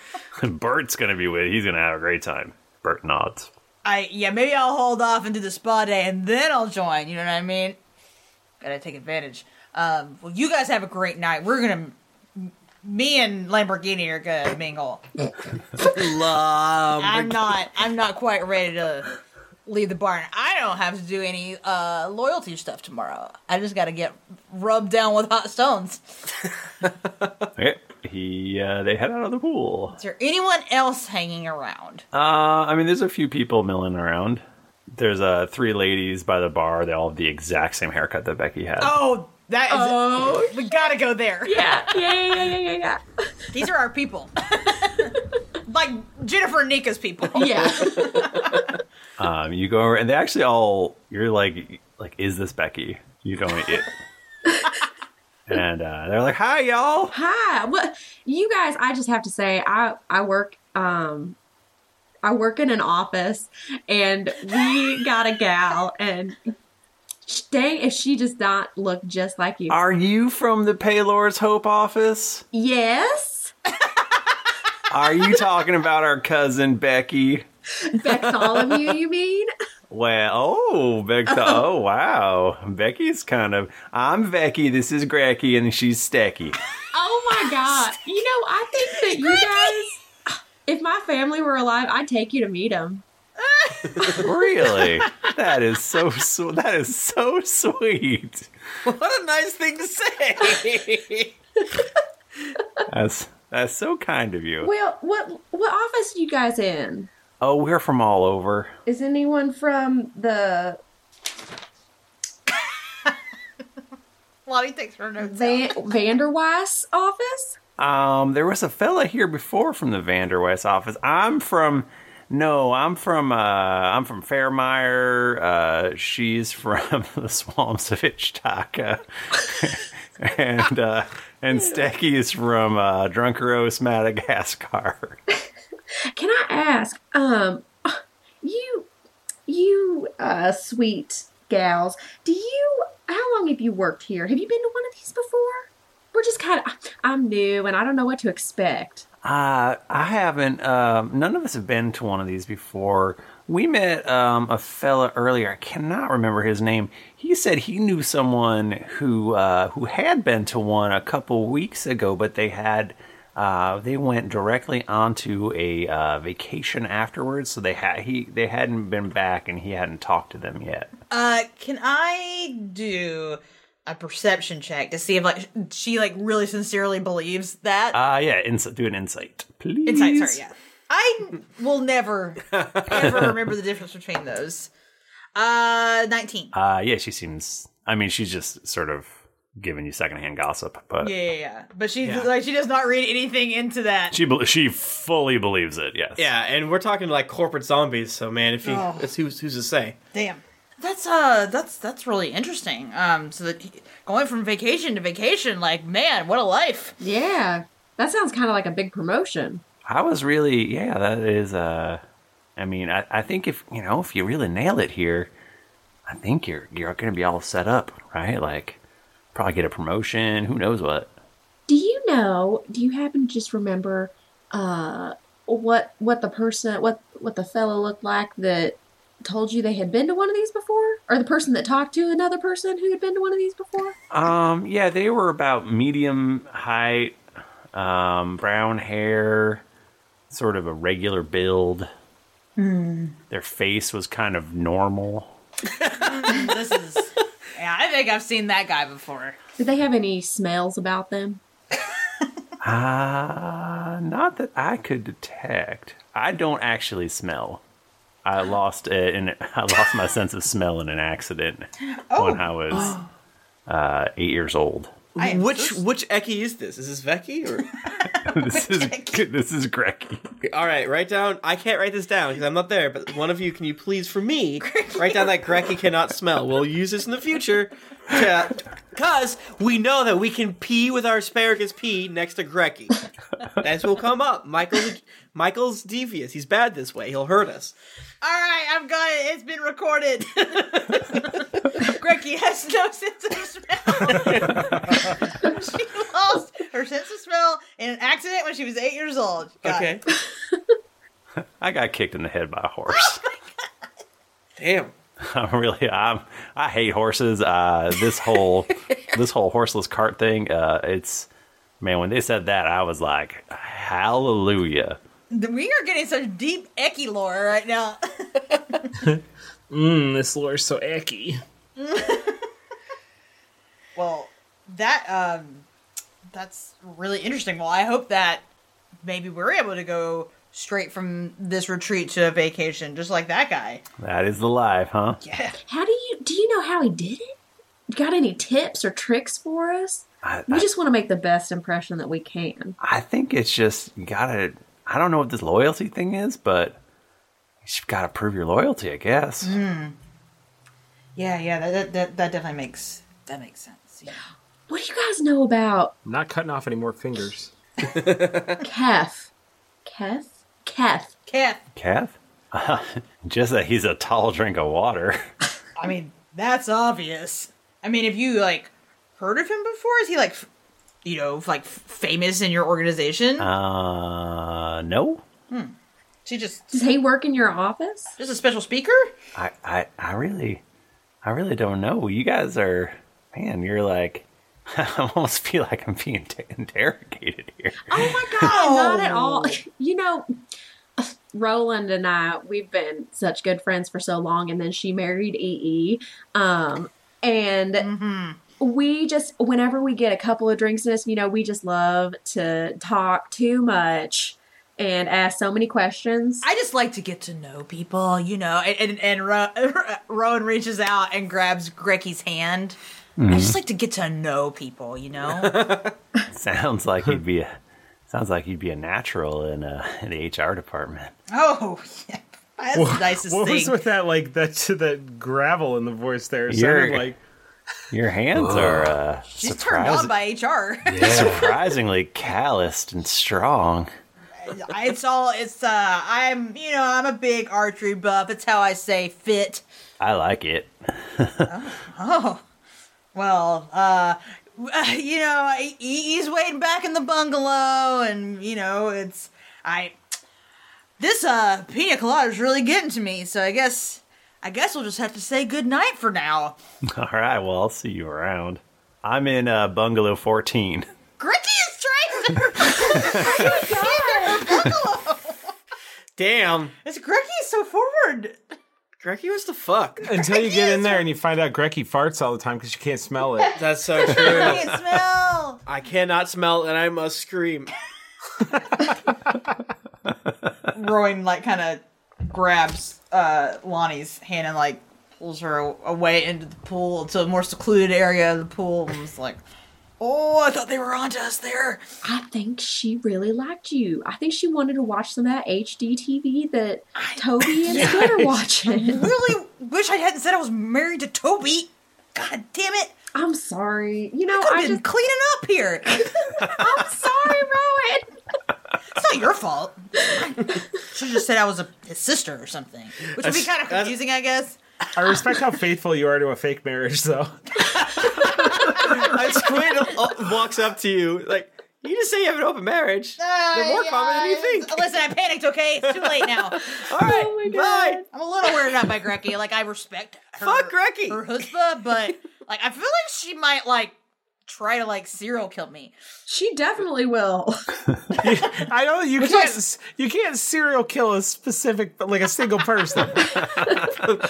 [laughs] Bert's gonna be with he's gonna have a great time. Bert nods.
I yeah, maybe I'll hold off and do the spa day and then I'll join. You know what I mean? Gotta take advantage. Um, well, you guys have a great night. We're gonna me and Lamborghini are gonna mingle.
Love.
I'm not. I'm not quite ready to leave the barn. I don't have to do any uh, loyalty stuff tomorrow. I just got to get rubbed down with hot stones.
Okay. He uh they head out of the pool.
Is there anyone else hanging around?
Uh, I mean, there's a few people milling around. There's uh, three ladies by the bar. They all have the exact same haircut that Becky had.
Oh, that is.
Oh.
we gotta go there.
[laughs] Yeah, yeah, yeah, yeah, yeah, yeah.
[laughs] These are our people. [laughs] like Jennifer and Nika's people.
Yeah.
Um, you go over, and they actually all. You're like, like, is this Becky? You don't. It.
[laughs]
and uh, they're like, hi, y'all.
Hi. Well, you guys, I just have to say, I I work um I work in an office and we got a gal and sh- dang if she does not look just like you.
Are you from the Paylor's Hope office?
Yes.
Are you talking about our cousin Becky?
Bartholomew, you mean?
Well, oh, Becky. Oh, wow. Becky's kind of. I'm Becky. This is Gracky, and she's Stecky.
[laughs] Oh my god. You know, I think that you guys if my family were alive, I'd take you to meet him.
really? That is so sw- that is so sweet.
[laughs] What a nice thing to say.
That's that's so kind of you.
Well, what what office are you guys in?
Oh, we're from all over.
Is anyone from the
[laughs] Lottie takes her notes.
Van- Vanderweiss office?
Um, there was a fella here before from the Vanderwest office. I'm from no, I'm from uh I'm from Fairmire. Uh she's from [laughs] the swamps of Ichtaka. [laughs] and uh and Stecky is from uh Drunkeros, Madagascar.
Can I ask, um, [sighs] you, you, uh, sweet gals, do you, how long have you worked here? Have you been to one of these before? We're just kind of, [sighs] I'm new and I don't know what to expect.
Uh, I haven't. Um, none of us have been to one of these before. We met um, a fella earlier. I cannot remember his name. He said he knew someone who uh, who had been to one a couple weeks ago, but they had uh, they went directly onto a uh, vacation afterwards, so they had he they hadn't been back and he hadn't talked to them yet.
Uh, can I do a perception check to see if like she like really sincerely believes that?
Uh yeah, ins- do an insight, please.
Insight, sorry, yeah. I will never ever remember the difference between those. Uh, nineteen.
Uh, yeah, she seems. I mean, she's just sort of giving you secondhand gossip, but
yeah, yeah, yeah. But she
Yeah.
like she does not read anything into that.
She bel she fully believes it. Yes.
[laughs] yeah, and we're talking like corporate zombies, so man, if you,
Oh.
it's who's who's to say?
Damn. That's uh that's that's really interesting. Um so that going from vacation to vacation like man, what a life.
Yeah. That sounds kind of like a big promotion.
I was really yeah. That is uh, I mean, I, I think if you know if you really nail it here, I think you're you're going to be all set up, right? Like probably get a promotion. Who knows what?
Do you know? Do you happen to just remember uh, what what the person what what the fellow looked like that told you they had been to one of these before, or the person that talked to another person who had been to one of these before?
Um, yeah, they were about medium height, um, brown hair, sort of a regular build.
Hmm.
Their face was kind of normal.
[laughs] this is. Yeah, I think I've seen that guy before.
Did they have any smells about them?
Uh, not that I could detect. I don't actually smell. I lost it, and [laughs] I lost my sense of smell in an accident when I was uh, eight years old. [laughs]
which which Eki is this? Is this Veki or?
this is [laughs] this is Greki.
All right, write down. I can't write this down because I'm not there. But one of you, can you please, for me, write down that Greki cannot smell. We'll use this in the future, because we know that we can pee with our asparagus pee next to Greki. This will come up. Michael's Michael's devious. He's bad this way. He'll hurt us.
All right, I've got it. It's been recorded. [laughs] Greggy has no sense of smell. [laughs] she lost her sense of smell in an accident when she was eight years old. Got it.
I got kicked in the head by a horse. [laughs]
Damn.
I'm really I'm I hate horses. Uh this whole this whole horseless cart thing, uh it's man, when they said that I was like, Hallelujah.
Th- We are getting such deep Ecky lore right now.
Mmm, this lore's so icky.
well, that um, that's really interesting. Well, I hope that maybe we're able to go straight from this retreat to a vacation, just like that guy.
That is the life, huh?
How do you do you know how he did it? Got any tips or tricks for us? we just want to make the best impression that we can.
I think it's just you gotta I don't know what this loyalty thing is, but you just gotta prove your loyalty, I guess.
Mm. [laughs] Yeah, yeah, that, that that that definitely makes that makes sense. Yeah.
What do you guys know about
I'm not cutting off any more fingers.
Kef? Kef? Kef.
Kef.
Kath? [laughs] just that he's a tall drink of water. [laughs]
I mean, that's obvious. I mean, if you like heard of him before, is he like, f- you know, like f- famous in your organization?
Uh no.
Hmm. She just
Does he work in your office?
Just a special speaker?
I, I, I really, I really don't know. You guys are, man. You're like, [laughs] I almost feel like I'm being t- interrogated here. [laughs]
God, [laughs] not at all.
Oh.
You know, [sighs] Roland and I, we've been such good friends for so long, and then she married EE. Um, and we just, whenever we get a couple of drinks in us, you know, we just love to talk too much and ask so many questions.
I just like to get to know people, you know. And and, and Ro- [laughs] Rowan reaches out and grabs Grecky's hand. I
Mhm.
just
Mm-hmm.
like to get to know people, you know.
sounds like you'd be a, sounds like you'd be a natural in uh in the HR department.
[laughs] oh, yeah. that's
Wha-
the nicest
what
thing.
was with that like that that gravel in the voice there? It
You're-
sounded like
Your hands are uh,
She's turned on
surprising,
by HR.
surprisingly calloused and strong.
[laughs] it's all it's uh i'm you know i'm a big archery buff it's how i say fit
I like it.
oh well uh [laughs] you know he, he's waiting back in the bungalow and you know it's i this uh pina colada is really getting to me so i guess i guess we'll just have to say good night for now
All right. Well, I'll see you around. I'm in uh, bungalow 14.
Gricky is [laughs] trying
Damn.
It's Gricky is so forward.
Greki was the fuck.
Until you
[laughs]
get in there and you find out Grecky farts all the time because you can't smell it.
That's
[laughs]
so true.
smell.
I cannot smell, and I must scream.
Rowan like kind of grabs uh, Lonnie's hand and like pulls her a- away into the pool to a more secluded area of the pool and was like, "Oh, I thought they were onto us there."
I think she really liked you. I think she wanted to watch some of that HD TV that Toby and Squid are watching.
really [laughs] wish I hadn't said I was married to Toby. God damn it!
I'm sorry. You know,
I could
I
have been
just-
cleaning up here.
I'm sorry, Rowan.
It's not your fault. [laughs] Should have just said I was a his sister or something, which would be kind of confusing, I guess.
I respect how faithful you are to a fake marriage, though.
I squid walks up to you like you just say you have an open marriage. They're more common than you think.
Listen, I panicked. Okay, it's too late now.
[laughs]
Oh
All right, bye.
I'm a little weirded out by Grecky. Like I respect her,
Fuck Grecky.
her husband, but like I feel like she might like try to like serial kill me.
She definitely will.
I know you
Which
can't.
I-
s you can't serial kill a specific, like a single [laughs] person.
[laughs]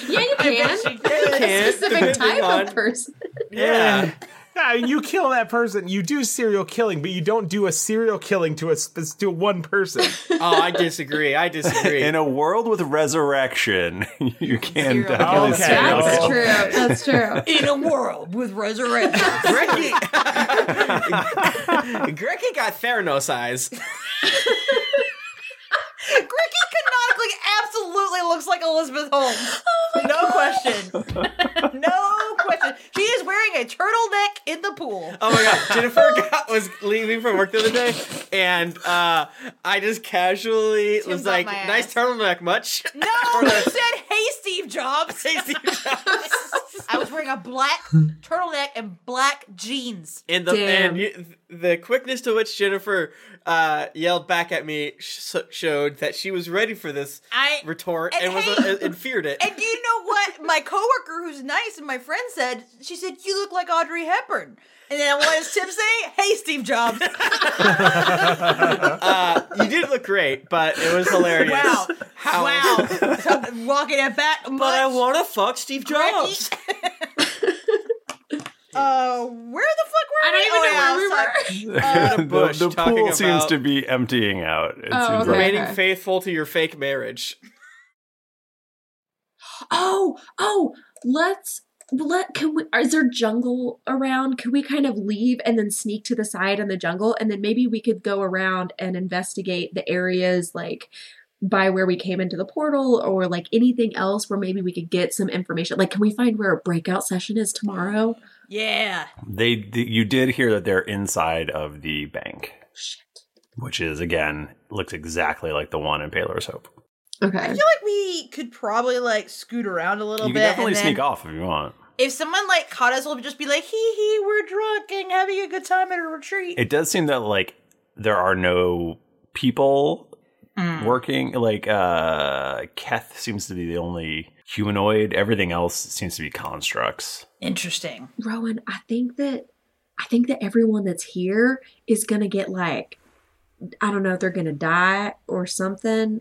Yeah, you can.
you can,
a specific
depending
type
on-
of person.
Yeah. Yeah, you kill that person. You do serial killing, but you don't do a serial killing to a sp- to one person.
Oh, I disagree. I disagree.
In a world with resurrection, [laughs] you can
Serial
definitely
killer.
serial
That's
kill.
true. That's true.
In a world with resurrection,
[laughs] Grecky got Theranos eyes.
Grecky canonically absolutely looks like Elizabeth Holmes.
Oh
no question. no question. She is wearing a turtleneck in the pool.
Oh my god,
[laughs]
Jennifer got, was leaving from work the other day, and uh, I just casually was
up
like,
my
"Nice turtleneck, much?" [laughs]
No, you said, "Hey, Steve Jobs." Hey,
Steve
Jobs. I was wearing a black turtleneck and black jeans.
And the and you, the quickness to which Jennifer uh, yelled back at me sh- showed that she was ready for this
I-
retort
and
and, was uh,
hey-
and feared it.
[laughs] And you know what? My coworker, who's nice, and my friend said, she said, "You look like Audrey Hepburn." And then what does Tim say? "Hey, Steve Jobs."
uh, you did look great, but it was hilarious.
Wow. wow. So, walking at bat. But
I
[laughs]
want to fuck Steve Jobs.
Uh, where the fuck were
I don't
we? Oh,
even know where
[laughs]
were.
we [laughs]
the,
bush
the
talking
pool seems
about-
to be emptying out. It seems like
Remaining faithful to your fake marriage. [laughs]
Oh, oh, let's let can we is there jungle around? Can we kind of leave and then sneak to the side in the jungle and then maybe we could go around and investigate the areas like by where we came into the portal or like anything else where maybe we could get some information. Like can we find where a breakout session is tomorrow?
Yeah.
they, you did hear that they're inside of the bank, which is again looks exactly like the one in Paler's Hope.
Okay.
I feel like we could probably like scoot around a
You
little
can
bit.
definitely
and then
sneak off if you want.
If someone like caught us, we'll just be like, "Hee hee, we're drunk and having a good time at a retreat."
It does seem that like there are no people
Mm.
working. Like uh Keth seems to be the only humanoid. Everything else seems to be constructs.
Interesting.
Rowan, I think that I think that everyone that's here is gonna get like I don't know if they're gonna die or something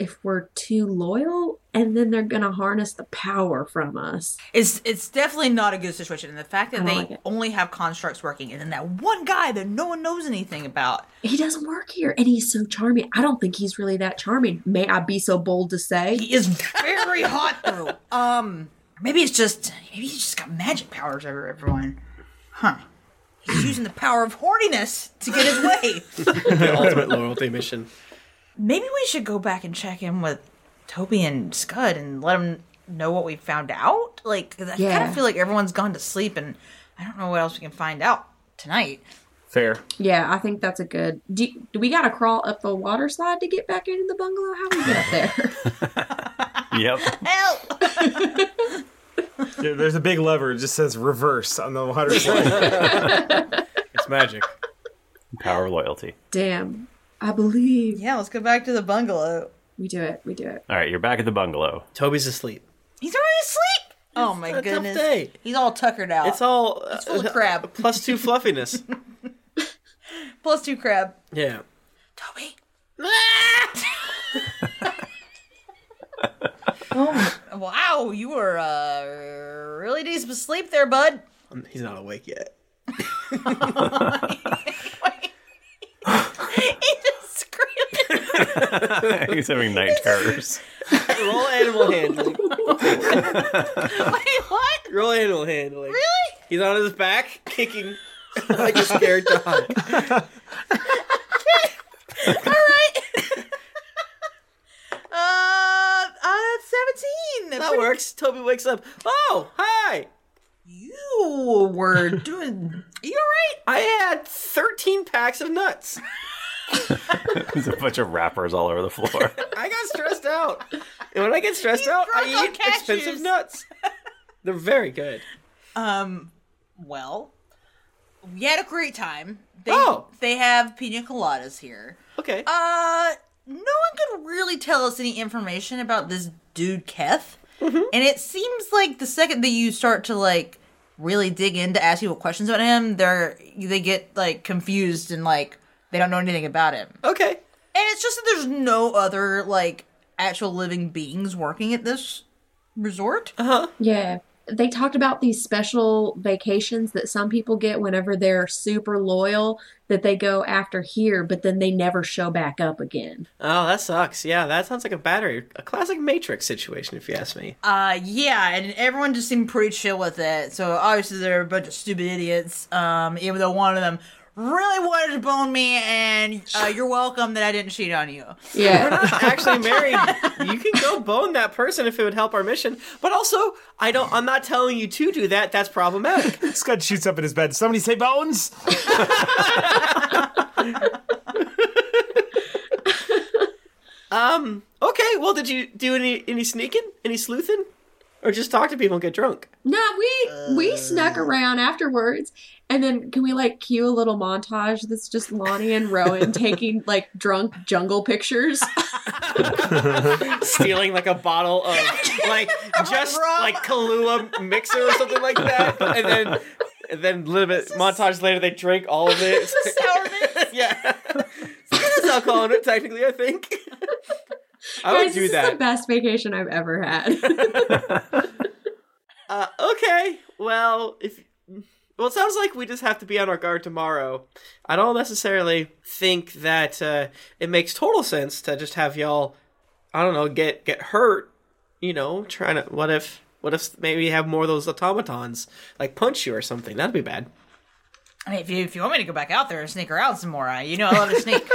if we're too loyal, and then they're gonna harness the power from us.
It's it's definitely not a good situation, and the fact
I
that
don't
they
like it.
only have constructs working, and then that one guy that no one knows anything about.
He doesn't work here, and he's so charming. I don't think he's really that charming. May I be so bold to say?
He is
[laughs]
very hot though. Um, maybe it's just maybe he's just got magic powers over everyone, huh? He's using the power of horniness to get his way.
[laughs]
the ultimate loyalty mission.
Maybe we should go back and check in with Toby and Scud and let them know what we found out. Like, 'cause I kind
Yeah.
of feel like everyone's gone to sleep, and I don't know what else we can find out
[laughs]
tonight.
Fair.
Yeah, I think that's a good. Do, do we gotta crawl up the water slide to get back into the bungalow? How we get up there? [laughs]
Yep.
There- There's a big lever. It just says reverse on the
[laughs]
water slide.
it's magic.
Power of loyalty.
Damn, I believe.
Yeah, let's go back to the bungalow.
We do it. We do it.
All right, you're back at the bungalow. [laughs]
Toby's asleep.
He's already asleep. oh my
a tough
goodness,
day.
he's all tuckered out.
It's all uh,
He's full of crab.
Plus
[laughs]
two fluffiness.
Plus two crab.
yeah. Ah! [laughs]
oh wow, you were uh, really deep to sleep there, bud. [laughs]
Um, He's not awake yet.
he just screamed. [laughs]
He's having night terrors.
Roll animal handling.
Wait, what?
Roll animal handling.
Really?
He's on his back,
[laughs]
kicking like a scared dog.
all right. uh, uh, seventeen.
That works. Toby wakes up. Oh, hi.
You were doing. You all right?
I had 13 packs of nuts.
There's a bunch of wrappers all over the
[laughs]
floor.
I got stressed out. And when I get stressed out, I eat expensive nuts. They're very good.
Um, well, we had a great time. They, they have pina coladas here.
Okay.
Uh, no one could really tell us any information about this dude Keth, and it seems like the second that you start to like really dig into ask people questions about him, they're they get like confused and like they don't know anything about him.
Okay. And
it's just that there's no other like actual living beings working at this resort. Uh huh.
Yeah. They talked about these special vacations that some people get whenever they're super loyal that they go after here, but then they never show back up again.
Oh, that sucks. Yeah, that sounds like a battery, a classic Matrix situation, if you ask me.
Uh, yeah, and everyone just seemed pretty chill with it. So obviously they're a bunch of stupid idiots. Um, even though one of them really wanted to bone me, and uh,
[laughs]
you're welcome that I didn't cheat on you.
We're not actually married. You can go bone that person if it would help our mission. But also, I don't. I'm not telling you to do that. That's
[laughs]
problematic.
Scud shoots up in his bed. Somebody say bones.
Um. Okay. Well, did you do any any sneaking, any sleuthing, or just talk to people and get drunk?
[laughs] No, we we snuck around afterwards, and then can we like cue a little montage that's just Lonnie and
[laughs]
Rowan taking like drunk jungle pictures?
Stealing like a bottle [laughs] of like just like Kahlua mixer or something like that, and then and then a little bit montage later they drink all [laughs] of it. [laughs] yeah, it's alcohol in it technically. I
[laughs]
think. [laughs] I would
Guys,
do
this
that.
Is the best vacation I've
[laughs]
ever had.
Uh, okay. Well, if well, it sounds like we just have to be on our guard tomorrow. I don't necessarily think that uh, it makes total sense to just have y'all. I don't know, get get hurt. You know, trying to. What if? What if maybe you have more of those automatons like punch you or something? That'd be bad.
I mean, if you, if you want me to go back out there and sneak her out some more, I, you know I love to
[laughs]
sneak.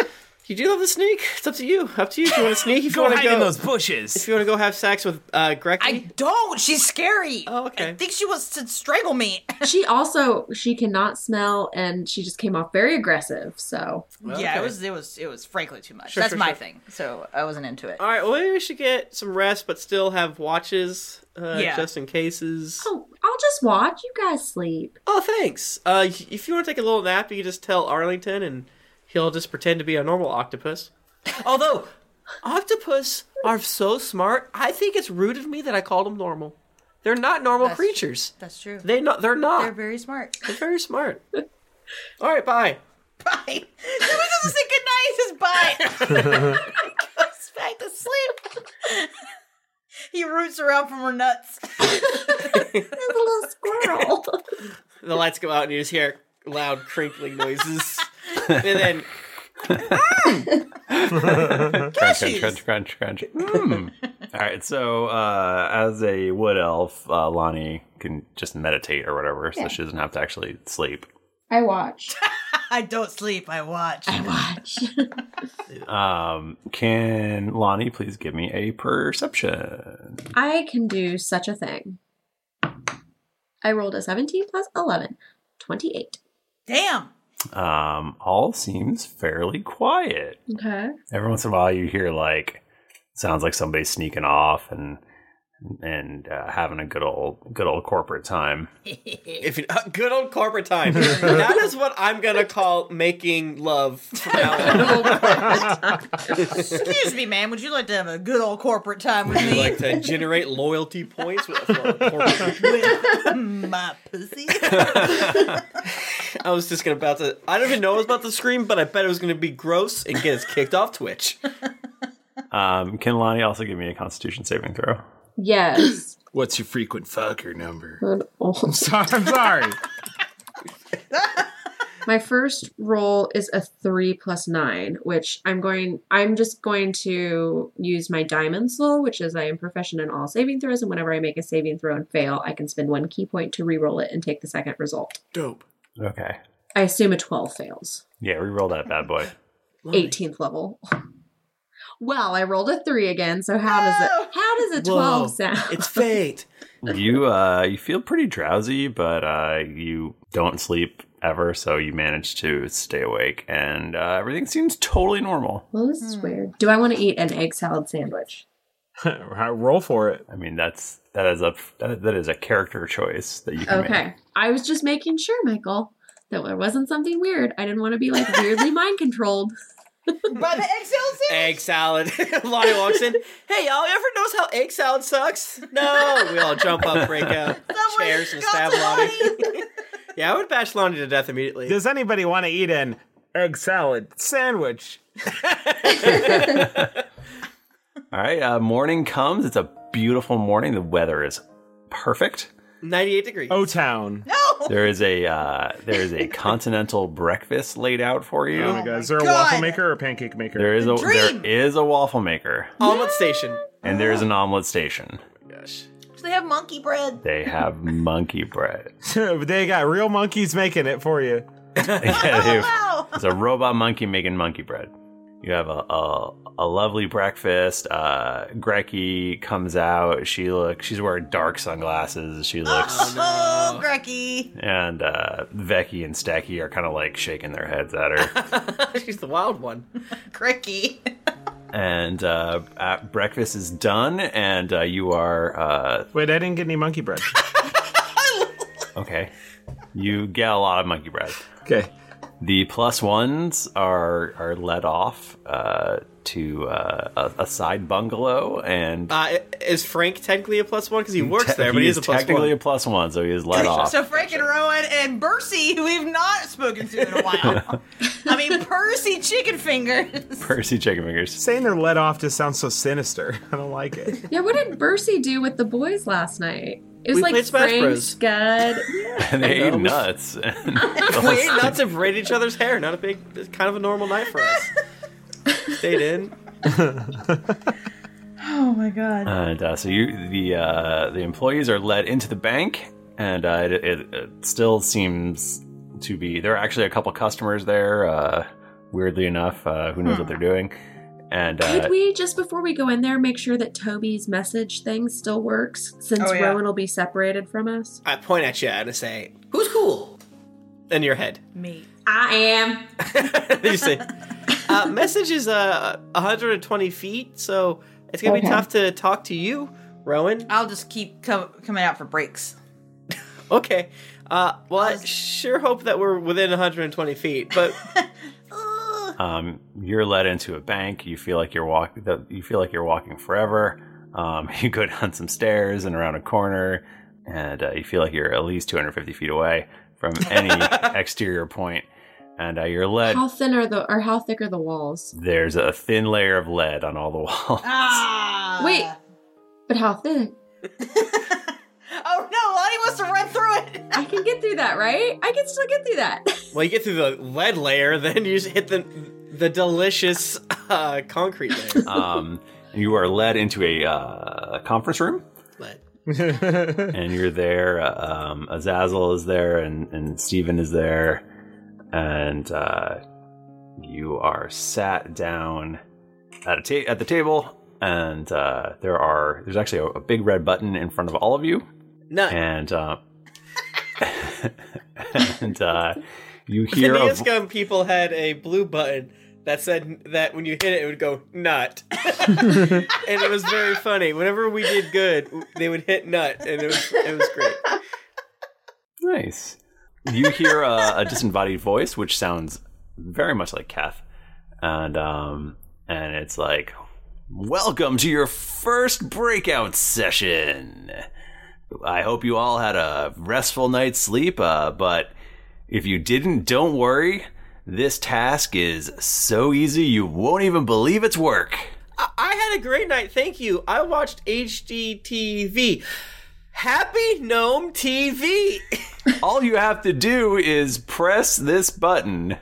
You do love to sneak. It's up to you. Up to you. If you want to sneak, if
Go
you want to
hide
go
in those
bushes. If you want to go have sex with uh, Greg, I
don't. She's scary.
Oh, okay.
I think she wants to strangle me. [laughs]
she also she cannot smell, and she just came off very aggressive. So
yeah, it was it was it was frankly too much.
Sure,
That's
sure,
my
sure.
thing. So I wasn't into it.
All right. Well, maybe we should get some rest, but still have watches uh,
Yeah.
just in cases.
Oh, I'll just watch. You guys sleep.
Oh, thanks. Uh, y- if you want to take a little nap, you can just tell Arlington, and he'll just pretend to be a normal octopus. [laughs] Although octopus are so smart, I think it's rude of me that I called them normal. They're not normal
That's-
creatures.
That's true.
They not. They're not.
They're very smart.
They're
[laughs]
very smart. All right. Bye.
He was supposed to say goodnight. He says bye. [laughs] Goes back to sleep. he roots around from her nuts.
a little squirrel.
The lights go out, and you just hear loud
[laughs]
crinkling noises, and then.
crunch, crunch, crunch, crunch, crunch. Mm. All right, so uh, as a wood elf, uh, Lonnie can just meditate or whatever,
Yeah.
so she doesn't have to actually sleep.
[laughs] I [laughs] watch.
I don't sleep. I watch. I
watch.
Um, can Lonnie please give me a perception?
I can do such a thing. I rolled a 17 plus 11, 28.
Damn.
Um, all seems fairly quiet.
Okay.
Every once in a while, you hear like sounds like somebody sneaking off and and uh, having a good old good old corporate time.
If you, [laughs] uh, good old
[laughs]
corporate time. that is what I'm gonna call making love. From
[laughs]
now on.
Excuse me, man. Would you like to have a good old corporate time with
Would you
me?
like to generate loyalty points with, for corporate? [laughs]
with [laughs] my pussy.
I was just gonna about to. I don't even know I was about to scream, but I bet it was gonna be gross and get us kicked off Twitch.
Um, can Lonnie also give me a Constitution saving throw?
[laughs] Yes.
What's your frequent fucker number?
I'm
sorry. I'm sorry.
[laughs] My first roll is a 3 plus 9, which I'm going I'm just going to use my diamond soul, which is I am proficient in all saving throws and whenever I make a saving throw and fail, I can spend one key point to reroll it and take the second result.
Dope.
Okay.
I assume a 12 fails.
Yeah, re-roll that bad boy.
18th level. Well, I rolled a 3 again, so how does it How does a 12 sound?
It's fate.
[laughs]
You uh, you feel pretty drowsy, but uh, you don't sleep ever, so you manage to stay awake, and uh, everything seems totally normal.
[laughs] Well, this
Hmm.
is weird. Do I want to eat an egg salad sandwich?
Roll for it. I mean, that's that is a that, that is a character choice that you can
Okay. I was just making sure, Michael, that there wasn't something weird. I didn't want to be like
[laughs]
weirdly mind controlled.
By the egg salad
[laughs] Egg salad. [laughs] Lonnie walks in. Hey, y'all, ever notice how egg salad sucks? No. We all jump up, break out, chairs, and stab Lonnie. [laughs] yeah, I would bash Lonnie to death immediately.
Does anybody want to eat an egg salad sandwich?
make. All right, uh, morning comes. It's a beautiful morning. The weather is perfect.
98 degrees.
O town.
No.
There is a uh, there
[laughs]
is a continental breakfast laid out for you.
Oh my God. Is there a waffle maker or a pancake maker?
There is a there
Dream.
is a waffle maker,
Omelet station.
and there is
Ah.
an omelet station.
So they have monkey bread.
[laughs]
They have monkey bread. [laughs]
they got real monkeys making it for you.
Yeah, they- It's a robot monkey making monkey bread. You have a a, a lovely breakfast. Uh, Grecki comes out. She look. She's wearing dark sunglasses. She looks.
[laughs] Oh, Grecky.
And uh, Vecchi and Stacky are kind of like shaking their heads at her.
[laughs] She's the wild one.
Grecky.
and uh, at breakfast is done, and uh, you are uh,
Wait, I didn't get any monkey bread.
okay. You get a lot of monkey bread.
Okay.
The plus ones are are let off uh, to uh, a, a side bungalow, and
Uh, is Frank technically a plus one? Because he works
Te-
there, but
he
he is
is
a plus
technically a
one.
plus one, so he is let off.
So Frank and Rowan and Percy, who we've not spoken to in a while. I mean, Percy chicken fingers.
Percy chicken fingers.
Saying they're let off just sounds so sinister. [laughs] I don't like it.
Yeah, what did Bercy do with the boys last night? It was
We
like
played Smash
Frank,
Bros. [laughs]
Scud.
and [laughs] they ate nuts.
[laughs] we ate nuts and braided each other's hair. Not a big, it's kind of a normal night for us. Stayed in.
Oh my god.
And uh, so you, the uh, the employees are led into the bank, and uh, it, it, it still seems to be there are actually a couple customers there. Uh, weirdly enough, uh, who knows what they're doing? And uh,
Could we just before we go in there make sure that Toby's message thing still works since
Oh, yeah.
Rowan will be separated from us?
I point at you and I say, "Who's cool?" In your head, [laughs]
Me.
I am.
you say, uh, "Message is uh, 120 feet, so it's gonna be
Okay.
tough to talk to you, Rowan."
I'll just keep com- coming out for breaks.
okay. Uh, well, I sure hope that we're within 120 feet, but
um, you're led into a bank. You feel like you're walk. the- You feel like you're walking forever. Um, [laughs] you go down some stairs and around a corner, and uh, you feel like you're at least 250 feet away from any exterior point. And uh, you're led.
How thin are the or how thick are the walls?
There's a thin layer of lead on all the walls.
Ah.
Wait,
Uh,
but how thick?
[laughs] Oh no, Lonnie wants to run through it. [laughs]
I can get through that, right? I can still get through that. [laughs]
well, you get through the lead layer, then you just hit the the delicious uh, concrete layer.
um, you are led into a uh, conference room. and you're there. uh, Um, Azazel is there, and and Steven is there, and uh, you are sat down at a ta- at the table. And uh, there are there's actually a, a big red button in front of all of you.
Nice.
And uh, [laughs] and uh, you hear
The
a
Neos Gum people had a blue button that said that when you hit it, it would go nut, [laughs] and it was very funny. Whenever we did good, they would hit nut, and it was it was great.
Nice. You hear a, a disembodied voice, which sounds very much like Kath, and um, and it's like, "Welcome to your first breakout session. I hope you all had a restful night's sleep, uh, but if you didn't, don't worry. This task is so easy you won't even believe it's work."
I, I had a great night, thank you. I watched HGTV, Happy Gnome TV.
All you have to do is press this button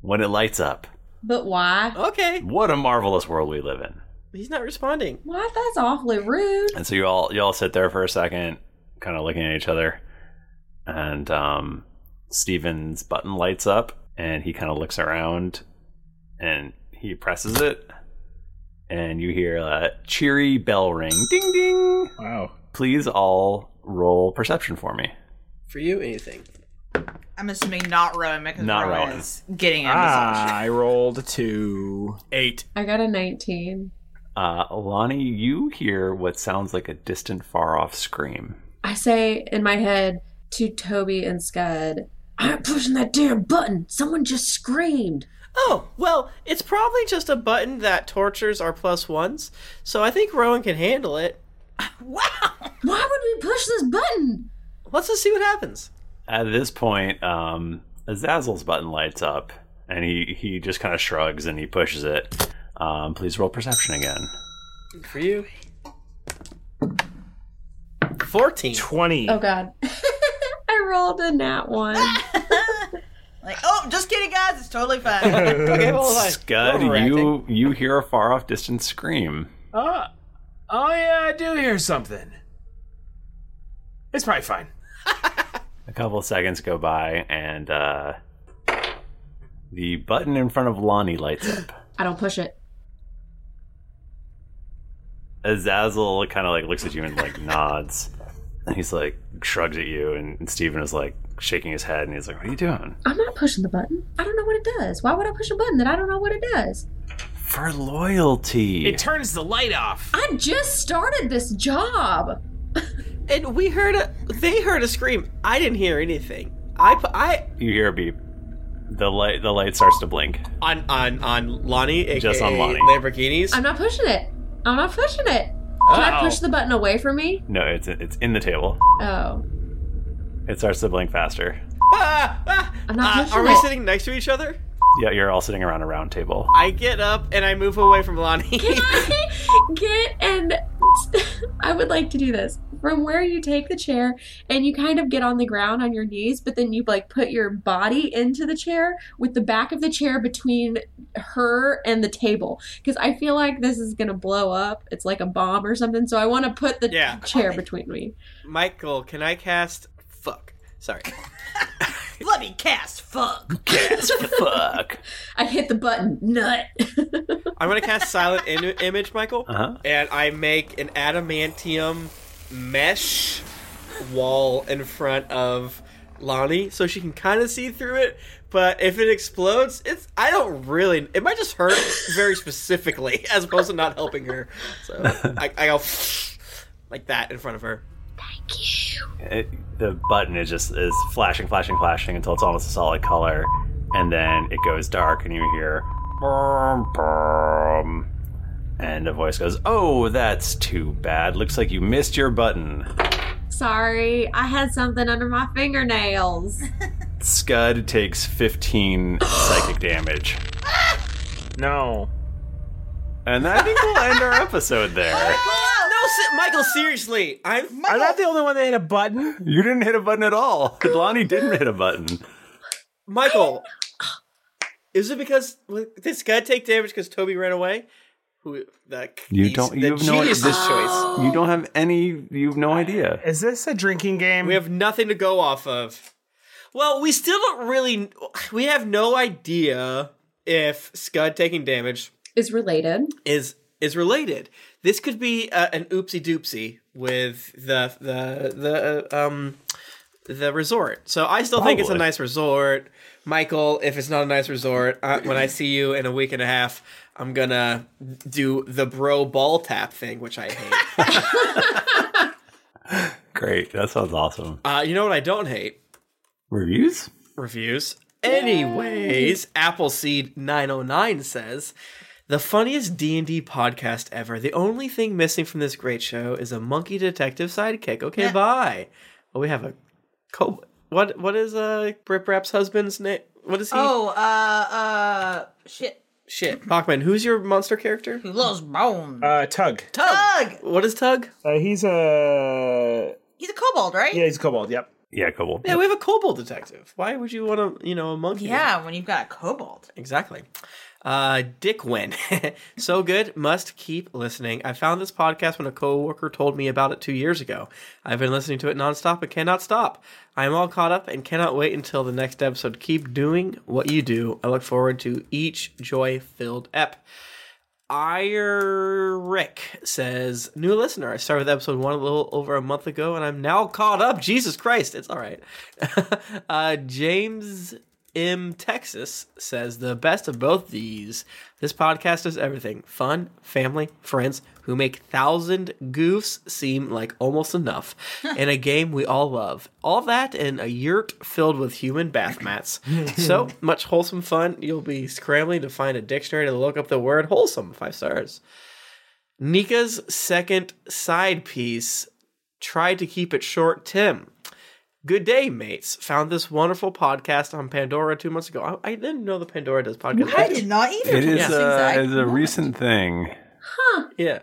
when it lights up.
But why?
[laughs] Okay.
What a marvelous world we live in.
He's not responding.
Why? That's awfully rude.
And so you all you all sit there for a second, kind of looking at each other, and um, Steven's button lights up, and he kind of looks around, and he presses it, and you hear a cheery bell ring, ding ding.
Wow!
Please all roll perception for me.
For you, anything.
I'm assuming not Rowan because
Not
Rowan,
Rowan.
is getting a massage.
Ah, I rolled a two.
Eight.
I got a 19.
Uh, Lonnie, you hear what sounds like a distant, far off scream.
I say in my head to Toby and Scud, I'm pushing that damn button. Someone just screamed.
Oh, well, it's probably just a button that tortures our plus ones, so I think Rowan can handle it.
Why would we push this button?
Let's just see what happens.
At this point, um, Azazel's button lights up, and he, he just kind of shrugs and he pushes it. Um, please roll perception again.
For you. 14.
20.
Oh, God. [laughs] I rolled a nat one.
Like, oh, just kidding, guys. It's totally fine.
[laughs]
okay,
well,
Scud, you you hear a far off distant scream.
Oh, oh yeah, I do hear something. [laughs] It's probably fine.
A couple of seconds go by, and uh, the button in front of Lonnie lights up.
I don't push it.
Azazel kind of like looks at you and like nods, and he's like shrugs at you, and, and Steven is like shaking his head, and he's like, "What are you doing?"
I'm not pushing the button. I don't know what it does. Why would I push a button that I don't know what it does?
For loyalty.
It turns the light off.
I just started this job.
And we heard a. They heard a scream. I didn't hear anything. I. pu- I.
You hear a beep. The light the light starts to blink.
On on on Lonnie. AKA
Just on Lonnie.
Lamborghinis.
I'm not pushing it. I'm not pushing it. Can I
Uh-oh.
push the button away from me?
No, it's it's in the table.
Oh.
It starts to blink faster.
I'm
Uh,
not
are
pushing
we
it.
sitting next to each other?
Yeah, you're all sitting around a round table.
I get up and I move away from Lonnie. [laughs]
Can I get and [laughs] I would like to do this from where you take the chair and you kind of get on the ground on your knees, but then you like put your body into the chair with the back of the chair between her and the table because I feel like this is gonna blow up. It's like a bomb or something, so I want to put the
Yeah.
chair between me.
Michael, can I cast? Fuck. Sorry.
Let me cast fuck.
Cast fuck.
I hit the button, nut. [laughs]
I'm gonna cast silent in- image, Michael,
Uh-huh.
and I make an adamantium mesh wall in front of Lonnie, so she can kind of see through it. But if it explodes, it's I don't really. It might just hurt very specifically, [laughs] as opposed to not helping her. So I, I go like that in front of her.
It, the button is just is flashing, flashing, flashing until it's almost a solid color, and then it goes dark, and you hear, "Brum, brum," and a voice goes, "Oh, that's too bad. Looks like you missed your button."
Sorry, I had something under my fingernails.
Scud takes 15 psychic damage.
No.
And I think we'll end our episode there.
No, se- Michael, seriously, I'm.
I'm not the only one that [laughs] hit a button.
You didn't hit a button at all. Lonnie didn't hit a button.
Michael, is it because well, did Scott take damage because Toby ran away? Who the
You don't. You
the
have no
genius
this-
choice.
You don't have any. You have no idea.
Is this a drinking game?
We have nothing to go off of. Well, we still don't really. We have no idea if Scud taking damage
[laughs] Is related.
is is related. This could be uh, an oopsie doopsie with the the the uh, um the resort. So I still think it's a
Probably.
nice resort, Michael. If it's not a nice resort, uh, when I see you in a week and a half, I'm gonna do the bro ball tap thing, which I hate.
Great. That sounds awesome.
uh, you know what I don't hate?
Reviews.
reviews. Anyways, Appleseed 909 says, "The funniest D&D podcast ever. The only thing missing from this great show is a monkey detective sidekick. Okay, bye." Well, we have a co- what what is uh Rip Rap's husband's name? What is he?
[laughs] Oh, uh, uh, shit.
shit. Bachman, who's your monster character?
He loves bones.
Uh, Tug.
Tug.
What is Tug?
Uh, he's a.
He's a kobold, right?
Yeah, he's a kobold. Yep.
Yeah, kobold.
Yeah, we have a kobold detective. Why would you want to, you know, a monkey?
Yeah, when you've got a kobold.
Exactly. Uh, Dick Wynn. [laughs] so good. Must keep listening. I found this podcast when a coworker told me about it two years ago. I've been listening to it nonstop and cannot stop. I am all caught up and cannot wait until the next episode. Keep doing what you do. I look forward to each joy filled ep. Irick says, new listener. I started with episode one a little over a month ago, and I'm now caught up. Jesus Christ, it's all right. [laughs] uh, James M. Texas says, the best of both these. This podcast is everything fun, family, friends who make thousand goofs seem like almost enough in a game we all love. All that in a yurt filled with human bath mats. so much wholesome fun, you'll be scrambling to find a dictionary to look up the word wholesome. Five stars. Nika's second side piece tried to keep it short, Tim. Good day, mates. Found this wonderful podcast on Pandora two months ago. I, I didn't know the Pandora does podcasts.
I did not either.
It is,
Yeah.
uh, it is a recent thing.
Huh.
[laughs] Yeah.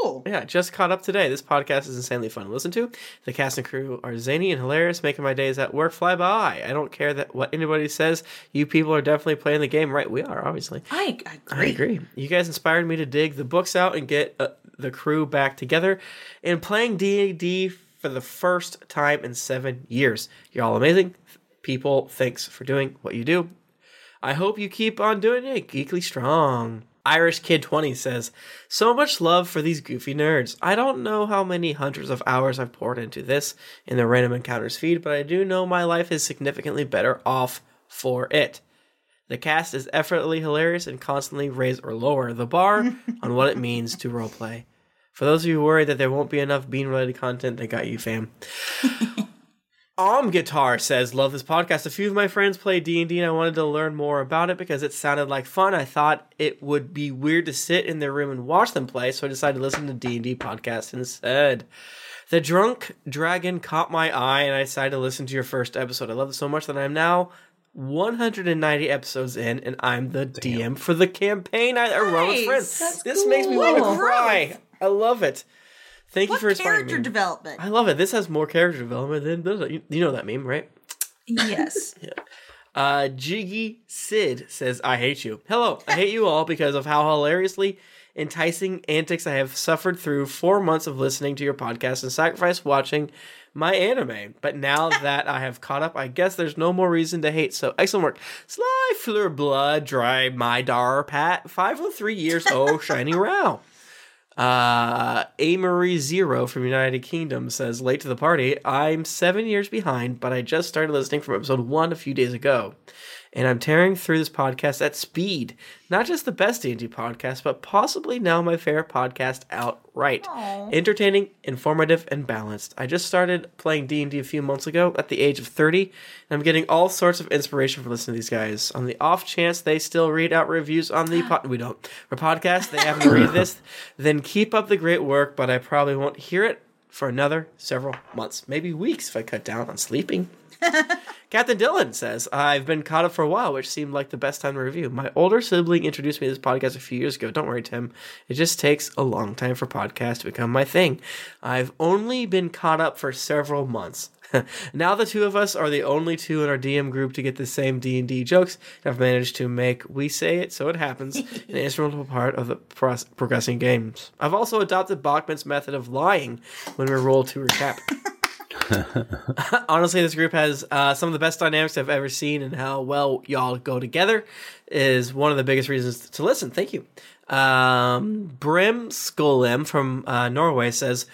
Cool.
Yeah, just caught up today. This podcast is insanely fun to listen to. The cast and crew are zany and hilarious, making my days at work fly by. I don't care that what anybody says. You people are definitely playing the game right. We are, obviously.
I
I agree. You guys inspired me to dig the books out and get uh, the crew back together and playing D&D for the first time in 7 years. You're all amazing. People, thanks for doing what you do. I hope you keep on doing it geekly strong. Irish Kid 20 says, So much love for these goofy nerds. I don't know how many hundreds of hours I've poured into this in the Random Encounters feed, but I do know my life is significantly better off for it. The cast is effortlessly hilarious and constantly raise or lower the bar on what it means to roleplay. For those of you worried that there won't be enough bean related content, they got you, fam.
[laughs]
Om Guitar says, "Love this podcast. A few of my friends play D and D, and I wanted to learn more about it because it sounded like fun. I thought it would be weird to sit in their room and watch them play, so I decided to listen to D and D podcast instead." The Drunk Dragon caught my eye, and I decided to listen to your first episode. I love it so much that I'm now 190 episodes in, and I'm the DM for the campaign I run with
Nice.
friends.
That's
this makes me want to
cool.
cry. I love it. Thank you for inspiring
Character
me.
development.
I love it. This has more character development than those. You, you know that meme, right?
Yes.
Uh, Jiggy Sid says, I hate you. Hello, I hate you all because of how hilariously enticing antics I have suffered through four months of listening to your podcast and sacrifice watching my anime. But now that I have caught up, I guess there's no more reason to hate. So excellent work. Sly Fleur Blood, Dry My Dar Pat, 503 years oh shiny row. Uh, Amory Zero from United Kingdom says, late to the party. I'm seven years behind, but I just started listening from episode one a few days ago. And I'm tearing through this podcast at speed. Not just the best D&D podcast, but possibly now my favorite podcast outright. Entertaining, informative, and balanced. I just started playing D&D a few months ago at the age of 30, and I'm getting all sorts of inspiration from listening to these guys. On the off chance they still read out reviews on the pod- we don't. For podcast, they haven't read this, then keep up the great work, but I probably won't hear it for another several months, maybe weeks if I cut down on sleeping. Captain Dylan says, I've been caught up for a while, which seemed like the best time to review. My older sibling introduced me to this podcast a few years ago. Don't worry, Tim. It just takes a long time for podcasts to become my thing. I've only been caught up for several months. [laughs] now the two of us are the only two in our DM group to get the same D&D jokes. I've managed to make We Say It So It Happens an instrumental part of the pros- progressing games. I've also adopted Bachman's method of lying when we roll to recap. honestly, this group has uh, some of the best dynamics I've ever seen, and how well y'all go together is one of the biggest reasons to listen. Thank you. Um, Brim Skolem from uh, Norway says,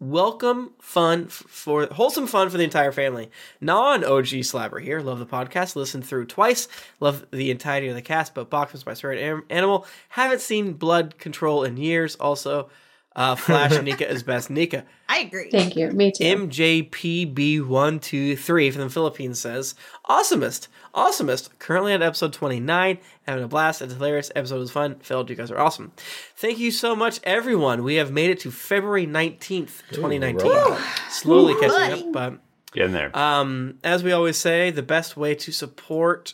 Welcome fun f- for wholesome fun for the entire family. Non OG slabber here. Love the podcast. Listened through twice. Love the entirety of the cast, but Box was my spirit am- animal. Haven't seen Blood Control in years. Also, uh, Flash Nika is best Nika.
I agree.
Thank you. Me too.
MJPB123 from the Philippines says, Awesomest! Awesomest! Currently at episode 29. Having a blast. It's hilarious. Episode was fun. Filled. You guys are awesome. Thank you so much, everyone. We have made it to February 19th, 2019.
robot.
Slowly
Ooh, buddy.
catching up, but.
Get in
Uh,
there.
Um, as we always say, the best way to support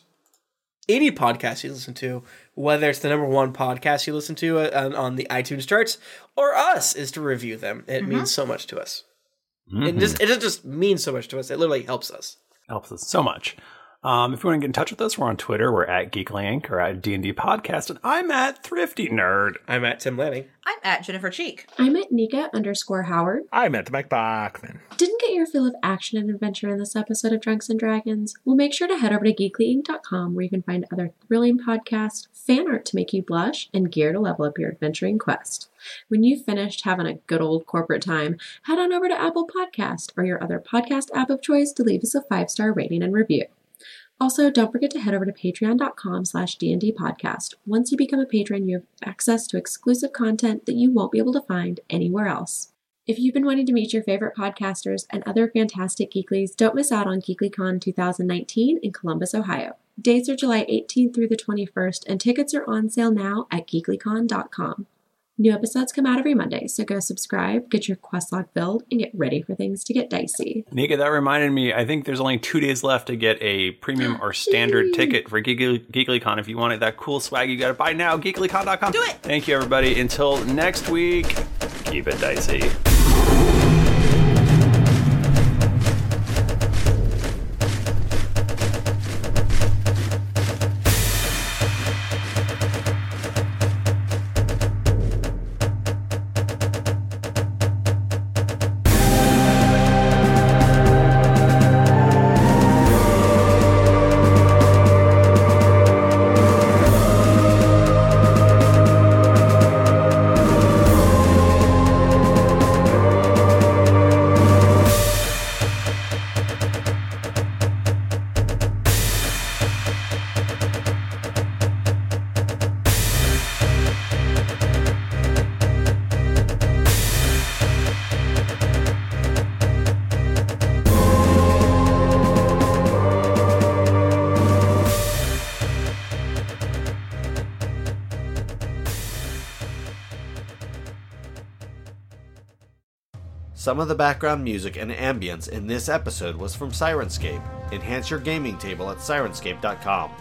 any podcast you listen to, whether it's the number one podcast you listen to uh, on, on the iTunes charts or us, is to review them. It means so much to us. It
Mhm.
just it just means so much to us. It literally helps us.
helps us so much. Um, if you want to get in touch with us, we're on Twitter. We're at Geekly Inc. or at D&D Podcast. And I'm at Thrifty Nerd.
I'm at Tim Lanning.
I'm at Jennifer Cheek.
I'm at Nika underscore Howard.
I'm at Mike Bachman.
Didn't get your fill of action and adventure in this episode of Drunks and Dragons? Well, make sure to head over to geeklyinc.com where you can find other thrilling podcasts, fan art to make you blush, and gear to level up your adventuring quest. When you've finished having a good old corporate time, head on over to Apple Podcast or your other podcast app of choice to leave us a five-star rating and review. Also, don't forget to head over to patreon.com slash D&D podcast. Once you become a patron, you have access to exclusive content that you won't be able to find anywhere else. If you've been wanting to meet your favorite podcasters and other fantastic geeklies, don't miss out on GeeklyCon 2019 in Columbus, Ohio. Dates are July 18th through the 21st, and tickets are on sale now at geeklycon.com. New episodes come out every Monday, so go subscribe, get your quest log filled, and get ready for things to get dicey.
Nika, that reminded me, I think there's only two days left to get a premium or [gasps] standard ticket for Geekly, GeeklyCon. If you wanted that cool swag, you got to buy now, geeklycon.com. Do it! Thank you, everybody. Until next week, keep it dicey.
Some of the background music and ambience in this episode was from Sirenscape. Enhance your gaming table at sirenscape.com.